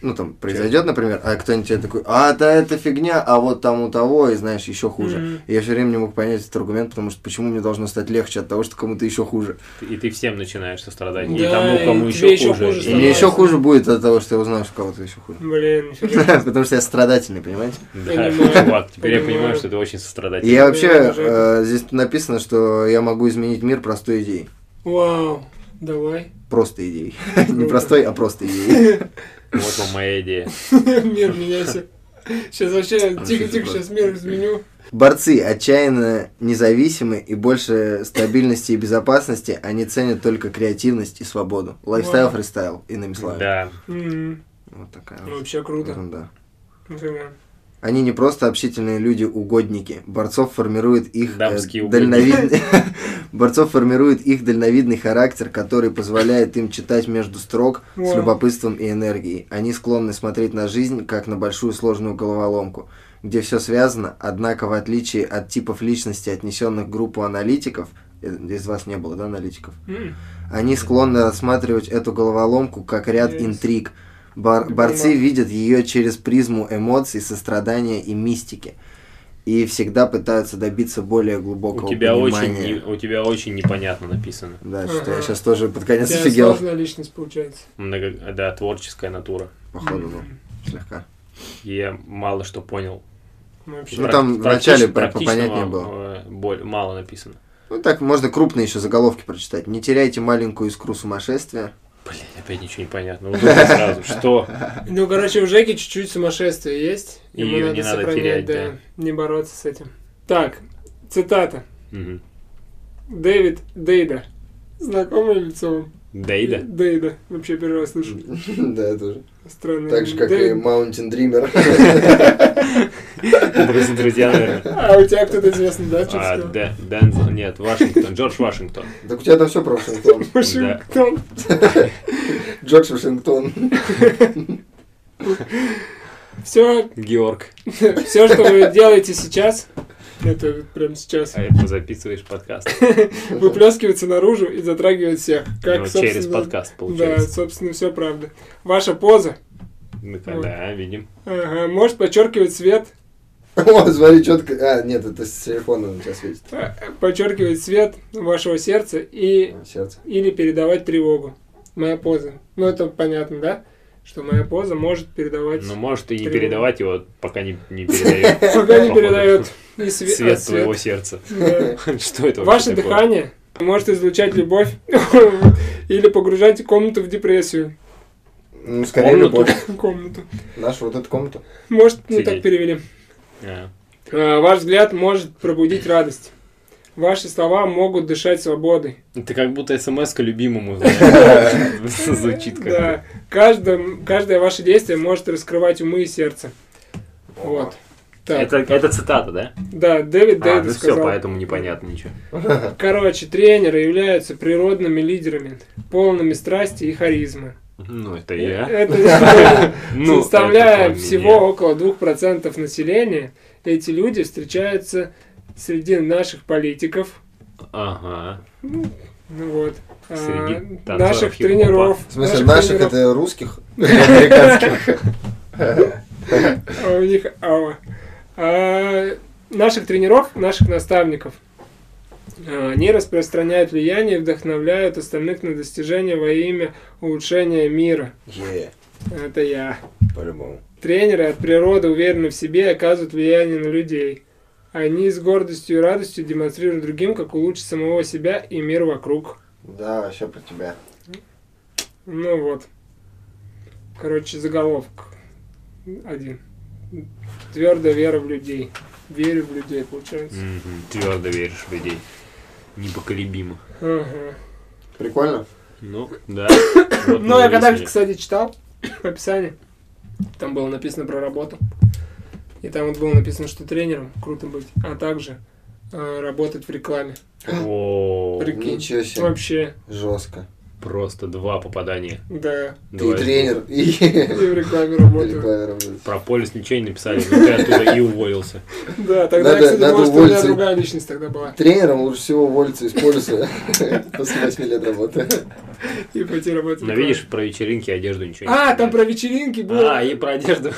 D: ну там, произойдет, например, а кто-нибудь тебе такой, а, да, это фигня, а вот там у того, и знаешь, еще хуже.
C: Мгм.
D: И я все время не мог понять этот аргумент, потому что почему мне должно стать легче от того, что кому-то еще хуже.
A: И ты всем начинаешь сострадать. и
C: Да,
A: тому,
C: и
A: кому еще,
C: тебе еще
A: хуже.
C: хуже
D: И мне
C: становится.
D: еще хуже будет от того, что я узнаю, что кого-то еще хуже.
C: Блин, нифига.
D: Потому что я страдательный, понимаете?
A: Да,
C: Понимаю.
A: чувак, теперь я
C: Понимаю.
A: понимаю, что ты очень сострадательный.
D: Я
C: Я
D: вообще,
C: уже-
D: э, здесь написано, что я могу изменить мир простой идеей.
C: Вау, давай.
D: просто идеей. Не
C: Круто.
D: простой, а просто идеей.
A: Вот вам моя идея.
C: Мир меняйся. Сейчас вообще, тихо-тихо, сейчас мир изменю.
D: Борцы отчаянно независимы и больше стабильности и безопасности они ценят только креативность и свободу. Лайфстайл,
C: Вау.
D: фристайл, иными словами.
A: Да.
C: М,
D: Вот такая
C: ну
D: вот
C: Вообще круто.
D: ерунда.
C: Нифига.
D: Они не просто общительные люди-угодники. Борцов формирует их э,
A: Дамские угодники.
D: дальновидный... Борцов формирует их дальновидный характер, который позволяет им читать между строк с
C: Вау.
D: любопытством и энергией. Они склонны смотреть на жизнь как на большую сложную головоломку, где все связано, однако в отличие от типов личности, отнесенных в группу аналитиков, э, из вас не было, да, аналитиков?
C: М,
D: Они склонны рассматривать эту головоломку как ряд
C: Есть.
D: интриг. Бор-
C: Понимаю.
D: борцы видят ее через призму эмоций, сострадания и мистики. И всегда пытаются добиться более глубокого
A: У тебя, очень,
D: понимания.
A: не- у тебя очень непонятно написано.
D: Да, что я
C: Ага.
D: сейчас тоже под
C: У
D: конец
C: тебя
D: офигел.
C: сложная личность получается.
A: Много, да, творческая натура.
D: Походу, ну,
C: М,
D: слегка.
A: Я мало что понял.
D: Ну,
C: Вообще.
A: Прак-
D: там вначале
A: практич-
D: по- попонятнее
A: практичного,
D: было.
A: э, боль- Мало написано.
D: Ну так, можно крупные еще заголовки прочитать. Не теряйте маленькую искру сумасшествия.
A: Блин, опять ничего не понятно. Вот это сразу, что?
C: Ну, короче, у Жеки чуть-чуть сумасшествие есть. Ему
A: Её
C: надо
A: не надо терять,
C: сохранять, да. Не бороться с этим. Так, цитата.
A: Мгм.
C: Дэвид Дейда. Знакомое лицо вам?
A: Дейда?
C: Дейда. Вообще первый раз слышу.
D: Да, тоже.
C: Странное
D: Mountain Dreamer.
A: Друзья, друзья, наверное.
C: А у тебя кто-то известный, да, что
A: А, Дэ- Дензел, нет, Вашингтон, Джордж Вашингтон.
D: Так у тебя там все про Вашингтон.
C: Вашингтон.
D: Джордж Вашингтон.
C: Все,
A: Георг.
C: все, что вы делаете сейчас, Это прямо сейчас
A: А это записываешь подкаст.
C: выплескивается наружу и затрагивает всех. Как,
A: Ну,
C: собственно,
A: через подкаст
C: Да,
A: получается.
C: собственно, все правда. Ваша поза
A: Мы
C: Вот.
A: тогда видим.
C: ага, может подчеркивать свет,
D: О, смотри, четко. А, нет, это с телефона у тебя светит.
C: э, подчеркивать свет вашего сердца и
D: А, Сердце.
C: или передавать тревогу. Моя поза. Ну, это понятно, да? Что моя поза может передавать...
A: Ну, может, и не
C: Тревога.
A: передавать его, пока не, не передает.
C: Пока не
A: походу,
C: передает и све-
A: Свет
C: а,
A: твоего сердца.
C: да.
A: Что это вообще
C: Ваше
A: такое?
C: дыхание может излучать любовь или погружать комнату в депрессию.
D: Ну, скорее
A: Комнату.
D: любовь.
C: Комнату.
D: Нашу вот эту комнату.
C: Может, не
A: Офигеть.
C: так перевели.
A: А,
C: А, Ваш взгляд может пробудить радость. Ваши слова могут дышать свободой.
A: Это как будто смс к любимому знаешь, звучит как-то.
C: Да. Каждое, каждое ваше действие может раскрывать умы и сердце. Вот. Так.
A: Это, это цитата, да?
C: Да, Дэвид
A: А,
C: Дэвид
A: ну
C: сказал.
A: все, поэтому непонятно ничего.
C: Короче, тренеры являются природными лидерами, полными страсти и харизмы.
A: Ну, это я.
C: Это
A: Ну, это
C: составляя
A: по
C: всего
A: мне.
C: около 2% населения, эти люди встречаются среди наших политиков,
A: Ага.
C: ну вот, а,
A: Среди танцоров
C: наших
A: хип-хопа.
C: тренеров.
D: В смысле, наших
C: тренеров.
D: это русских? Американских?
C: А у них ава. А, наших тренеров, наших наставников. А, Они распространяют влияние и вдохновляют остальных на достижение во имя улучшения мира.
D: Е,
C: Это я.
D: по-любому.
C: Тренеры от природы уверены в себе и оказывают влияние на людей. Они с гордостью и радостью демонстрируют другим, как улучшить самого себя и мир вокруг.
D: Да, вообще про тебя.
C: Ну вот. Короче, заголовок. Один. Твердая вера в людей. Верю в людей, получается.
A: Твердо веришь в людей. Непоколебимо.
C: Ага.
D: Прикольно?
A: Ну, да. Вот
C: Ну,
A: мы
C: я когда,
A: выяснили.
C: кстати, читал описание, там было написано про работу. И там вот было написано, что тренером круто быть, а также э, работать в рекламе.
A: О,
C: Прикинь.
D: Ничего себе.
C: Вообще,
D: Жестко.
A: просто два попадания.
C: да.
D: Ты
A: Два-
D: тренер
C: И
D: и
C: в рекламе работаю.
D: рекламер работаешь.
A: Про полис ничего не написали, но ты оттуда и уволился.
C: Да, тогда,
D: Надо-
C: я, кстати,
D: надо
C: может, у меня
D: уволиться.
C: другая личность тогда была.
D: Тренером лучше всего уволиться из полиса после 8 лет работы.
C: И пойти работать. в
A: Но
C: рекламе.
A: Ну, видишь, про вечеринки и одежду ничего не
C: Типа. А, там
A: написали.
C: про вечеринки было.
A: А, и про одежду.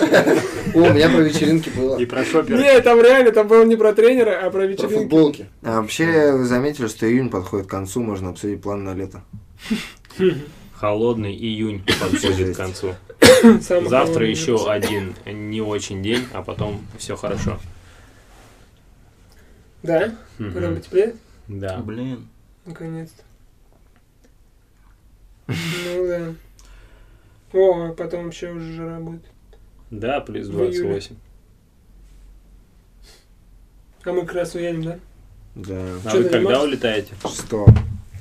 D: О, у меня про вечеринки было.
A: И про шопера.
C: Не, там реально, там было не про тренера, а про
D: Про
C: вечеринки.
D: футболки. А вообще, вы заметили, что июнь подходит к концу, можно обсудить план на лето.
A: Холодный июнь подходит к концу.
C: Самое
A: Завтра
C: главное.
A: еще один не очень день, а потом все хорошо.
C: Да?
A: Мгм.
C: Когда потеплее?
A: Да.
B: Блин.
C: Наконец-то. Ну да. О, а потом вообще уже жара будет.
A: Да, плюс
C: В июле.
A: 28.
C: А мы как раз уедем, да?
D: Да.
A: А
C: Чё
A: вы
C: ты
A: когда
C: занимаешься?
A: улетаете?
D: Что?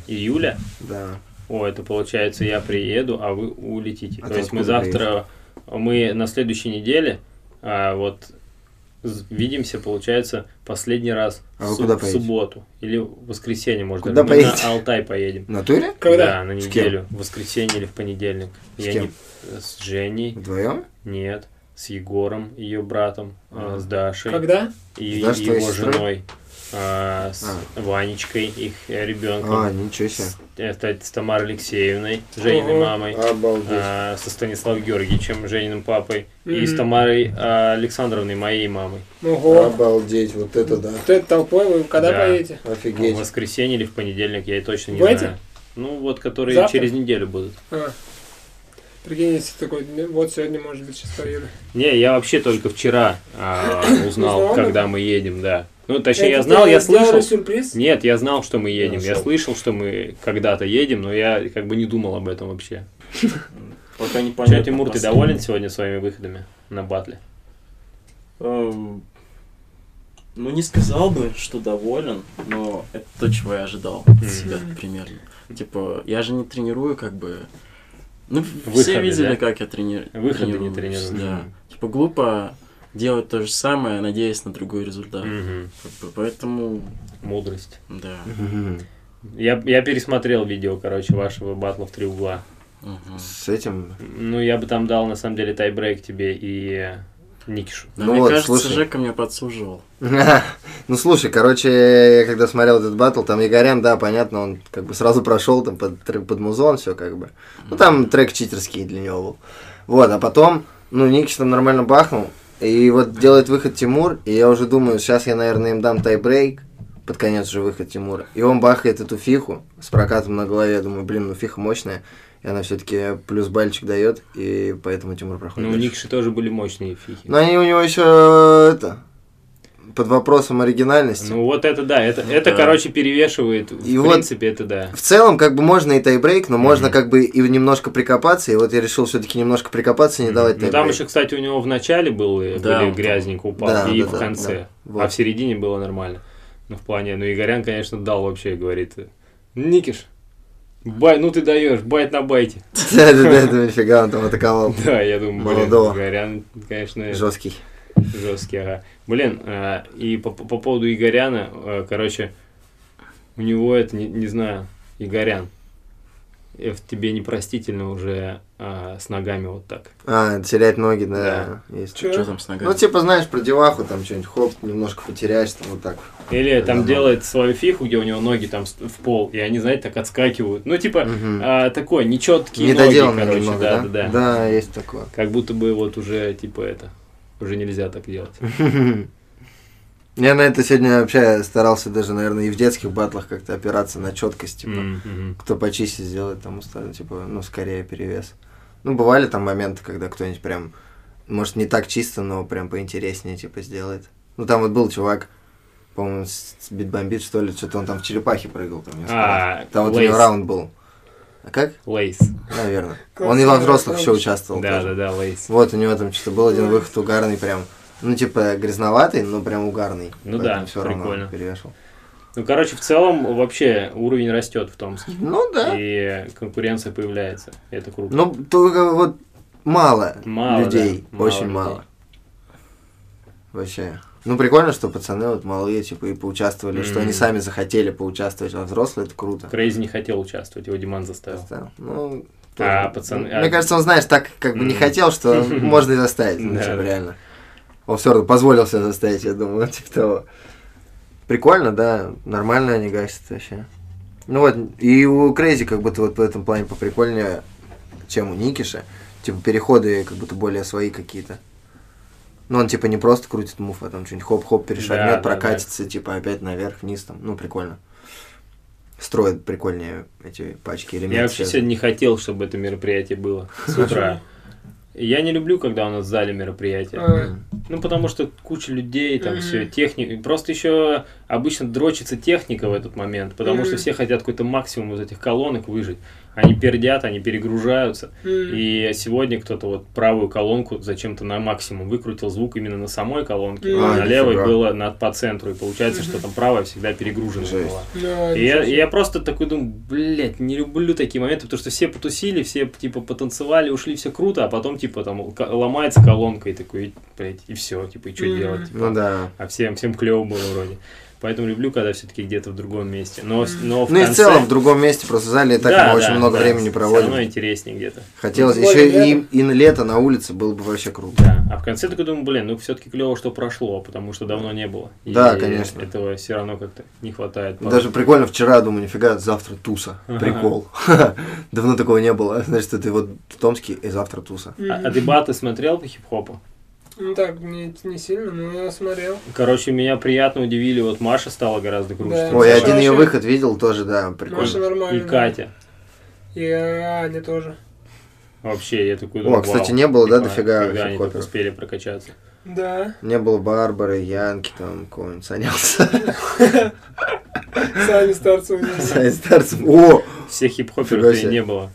A: Июля?
D: Да.
A: О, это получается, я приеду, а вы улетите.
D: А
A: То
D: ты
A: есть мы
D: откуда
A: завтра, мы на следующей неделе, а, вот з- видимся, получается, последний раз в
D: А вы
A: суб-
D: куда
A: в
D: поедете?
A: субботу или в воскресенье, может
D: Куда
A: даже. Мы
D: поедете?
A: на Алтай поедем.
D: В натуре?
C: Когда?
A: Да, на
D: С кем?
A: неделю. В воскресенье или в понедельник.
D: С
A: я
D: кем?
A: не- э, С Женей,
D: Вдвоем?
A: нет. С Егором, ее братом, а,
D: Ага.
A: с Дашей
C: Когда?
A: и
D: Дашь твоей
A: его
D: сестрой?
A: женой, а, с Ванечкой, их э, ребенком.
D: А, ничего себе.
A: Это с Тамарой Алексеевной, Жениной
C: Ого.
A: мамой,
D: Обалдеть.
A: а, со Станиславом Георгиевичем, Жениным папой, и
C: Мгм.
A: с Тамарой а, Александровной, моей мамой.
C: Ого.
D: Обалдеть, вот это да.
C: Вот это толпой вы когда
A: Да.
C: поедете?
D: А
A: В
D: Офигеть.
A: воскресенье или в понедельник, я и точно не
C: В эти?
A: знаю. Ну, вот, которые
C: Завтра?
A: через неделю будут.
C: А. Прикинь, если такой, ну, вот сегодня, может быть, сейчас поеду.
A: Не, я вообще только вчера а, узнал,
C: Узнал,
A: когда мы едем, да. Ну, точнее, я
C: Это
A: знал,
C: ты
A: я
C: сделала
A: слышал.
C: сюрприз?
A: Нет, я знал, что мы едем. Я
D: Нашел.
A: слышал, что мы когда-то едем, но я как бы не думал об этом вообще.
B: Пока не
A: Че,
B: понятно.
A: Тимур, ты
B: последний.
A: доволен сегодня своими выходами на батле?
B: Эм, Ну, не сказал бы, что доволен, но это то, чего я ожидал
A: Мгм.
B: от себя примерно. Типа, я же не тренирую, как бы... Ну,
A: Выходы,
B: все видели,
A: да?
B: как я трени-
A: Выходы не
B: тренируюсь,
A: тренируешь.
B: Да.
A: Мгм.
B: Типа, глупо делать то же самое, надеясь на другой результат.
A: Мгм.
B: Как бы, Поэтому,
A: Мудрость.
B: да.
D: Мгм.
A: Я, я пересмотрел видео, короче, вашего батла в три угла.
B: Мгм.
D: С этим
A: Ну, я бы там дал, на самом деле, тайбрейк тебе и Никишу.
B: Да,
D: Ну
B: мне
D: вот,
B: кажется,
D: слушай.
B: Жека мне подсуживал.
D: Ну слушай, короче, я когда смотрел этот батл, там Игорян, да, понятно, он как бы сразу прошел там под, тр- под музон, все как бы. Ну там трек читерский для него был. Вот, а потом, ну, Никиш там нормально бахнул. И вот делает выход Тимур, и я уже думаю, сейчас я, наверное, им дам тайбрейк. Под конец же выход Тимура. И он бахает эту фиху с прокатом на голове. Я думаю, блин, ну фиха мощная. И она все-таки плюс бальчик дает, и поэтому Тимур проходит.
A: Ну, у
D: дальше.
A: Никиши тоже были мощные фихи.
D: Но они у него еще это под вопросом оригинальности.
A: Ну вот это да, это,
B: Ну
A: это
B: да.
A: короче, перевешивает. В
D: И вот-
A: принципе, это да.
D: В целом, как бы можно и тайбрейк, но можно как бы и немножко прикопаться. И вот я решил все-таки немножко прикопаться и не давать
A: Ну
D: тайбрейк.
A: там еще, кстати, у него в начале был, э,
B: Да,
A: были
B: он
A: грязненько упал,
D: Да,
A: и
D: да,
A: в
D: да,
A: конце.
D: да. Вот.
A: А в середине было нормально. Ну, в плане, ну, Игорян, конечно, дал вообще, говорит, Никиш, бай, ну ты даешь, байт на байте.
D: Да, да, да, да, нифига он там атаковал.
A: Да, я думаю, блин,
D: Молодого.
A: Игорян, конечно,
D: Жесткий.
A: жесткий, ага. Блин, э, и по, по- по поводу Игоряна, э, короче, у него это, не, не знаю, Игорян, э, в тебе непростительно уже а, с ногами вот так.
D: А, терять ноги, да. есть.
C: Чё?
B: Что там с ногами?
D: Ну, типа, знаешь, про деваху, там что-нибудь хоп, немножко потеряешь, там вот так.
A: Или там
D: Да.
A: делает свою фиху, где у него ноги там с- в пол, и они, знаете, так отскакивают. Ну, типа,
D: Мгм.
A: а, такой нечеткие ноги,
D: Недоделанный
A: короче,
D: немного,
A: да, да,
D: да?
A: да,
D: Да, есть такое.
A: Как будто бы вот уже, типа, это, уже нельзя так делать.
D: Я на это сегодня вообще старался даже, наверное, и в детских батлах как-то опираться на четкость, типа.
A: М, мгм.
D: кто почище сделает, тому ставит, типа, ну, скорее перевес. Ну, бывали там моменты, когда кто-нибудь прям, может, не так чисто, но прям поинтереснее, типа, сделает. Ну, там вот был чувак, по-моему, с с битбомбит, что ли, что-то он там в черепахе прыгал. Там, несколько раз.
A: А,
D: там вот у
A: Лейс.
D: него раунд был. А как?
A: Лейс.
D: Наверное.
C: Классно,
D: Он и во взрослых
C: да,
D: еще участвовал.
A: Да,
D: тоже.
A: да, да, Лейс.
D: Вот, у него там что-то был один выход угарный прям. Ну, типа, грязноватый, но прям угарный.
A: Ну да,
D: все равно
A: прикольно.
D: перевешивал.
A: Ну, короче, в целом вообще уровень растет в Томске.
D: Ну, да.
A: И конкуренция появляется. Это круто.
D: Ну, только вот мало,
A: Мало,
D: людей.
A: да, мало
D: очень
A: людей.
D: мало. Вообще. Ну, прикольно, что пацаны вот малые, типа, и поучаствовали, что они
A: Мгм.
D: сами захотели поучаствовать во взрослые, это круто.
A: Крейзи не хотел участвовать, его Диман заставил.
D: Просто, Ну,
A: А,
D: тоже.
A: пацаны,
D: Мне
A: а-
D: кажется, он, знаешь, так как бы не
A: Мгм.
D: хотел, что можно и заставить, ну,
A: Да,
D: типа,
A: да.
D: реально. Он все равно позволил себя заставить, я думаю, типа того. Прикольно, да, нормально они гасят вообще. Ну вот, и у Крейзи как будто вот в этом плане поприкольнее, чем у Никиша. Типа переходы как будто более свои какие-то. Ну, он типа не просто крутит мув, а там что-нибудь хоп-хоп
A: Да,
D: перешагнет,
A: да,
D: прокатится, типа опять наверх, вниз там. Ну, прикольно. Строят прикольнее эти пачки элементов.
A: Я вообще сегодня не хотел, чтобы это мероприятие было с утра. Я не люблю, когда у нас в зале мероприятие.
C: А,
A: Ну, потому что куча людей, там
C: Мгм.
A: все, техника. Просто еще обычно дрочится техника в этот момент, потому что
C: Мгм.
A: все хотят какой-то максимум из этих колонок выжить. Они пердят, они перегружаются.
C: м.
A: И сегодня кто-то вот правую колонку зачем-то на максимум выкрутил звук именно на самой колонке,
C: Мгм.
A: а
C: А,
A: на левой
D: нифига.
A: было на, по центру. И получается, что
C: Мгм.
A: там правая всегда перегружена
D: Жесть.
A: была.
C: Да,
A: И я,
C: ничего
A: и
C: себе.
A: я просто такой думаю, блядь, не люблю такие моменты, потому что все потусили, все типа потанцевали, ушли, все круто, а потом типа там к- ломается колонка и такой, блядь, и все, типа, и что
C: Мгм.
A: делать? типа.
D: Ну да.
A: А всем, всем клево было вроде. Поэтому люблю, когда все-таки где-то в другом месте. Но, с- но в
D: Ну и в
A: конце-
D: целом в другом месте, просто в зале и так
A: Да,
D: мы
A: да,
D: очень много
A: да,
D: времени
A: Все равно
D: проводим.
A: интереснее где-то.
D: Хотелось
C: Тем более
D: еще и, и на лето на улице было бы вообще круто.
A: Да. А в конце такой думаю, блин, ну все-таки клево, что прошло, потому что давно не было.
D: Да, конечно.
A: Этого все равно как-то не хватает.
D: Даже прикольно, вчера думаю, нифига, завтра туса.
A: Ага.
D: Прикол. Давно такого не было. Значит, ты вот в Томске и завтра туса.
A: А, а дебаты смотрел по хип-хопу?
C: Ну так, не, не сильно, но я смотрел.
A: Короче, меня приятно удивили. Вот Маша стала гораздо круче.
C: Да.
A: танцевать.
D: Ой,
C: Маша
D: один ее
C: вообще-
D: выход видел тоже, да,
C: Маша
D: прикольно.
A: И
C: нормально.
A: Катя.
C: И Аня тоже.
A: Вообще, я такой
D: О, кстати, не было, да,
A: Когда
D: дофига
A: они так
D: хип-хоперов?
A: успели прокачаться.
C: Да.
D: Не было Барбары, Янки, там, кого-нибудь Санялса.
C: Сами старцев не было.
D: Саня Старцев. О,
A: Всех
D: Фига
A: хип-хоперов и
D: себе.
A: не было.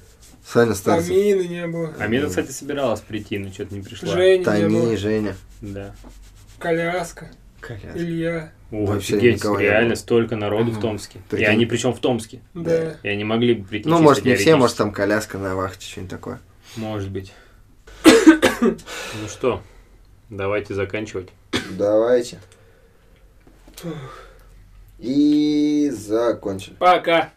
D: Саня Старцев.
C: Амины не было.
A: Амина, кстати, собиралась прийти, но что-то не пришла.
C: Жени не
D: Тами,
C: было.
D: Женя.
A: Да.
C: Коляска. Илья.
A: О,
D: Вообще
A: офигеть,
D: никого не было.
A: реально столько народу в
B: Мгм.
A: Томске. И
D: Прикинь.
A: они причем в Томске.
C: Да.
A: И они могли бы прийти.
D: Ну,
A: чисто
D: может, не все,
A: теоретически.
D: может, там коляска на вахте, что-нибудь такое.
A: Может быть. Ну что, давайте заканчивать.
D: Давайте. И закончили.
C: Пока.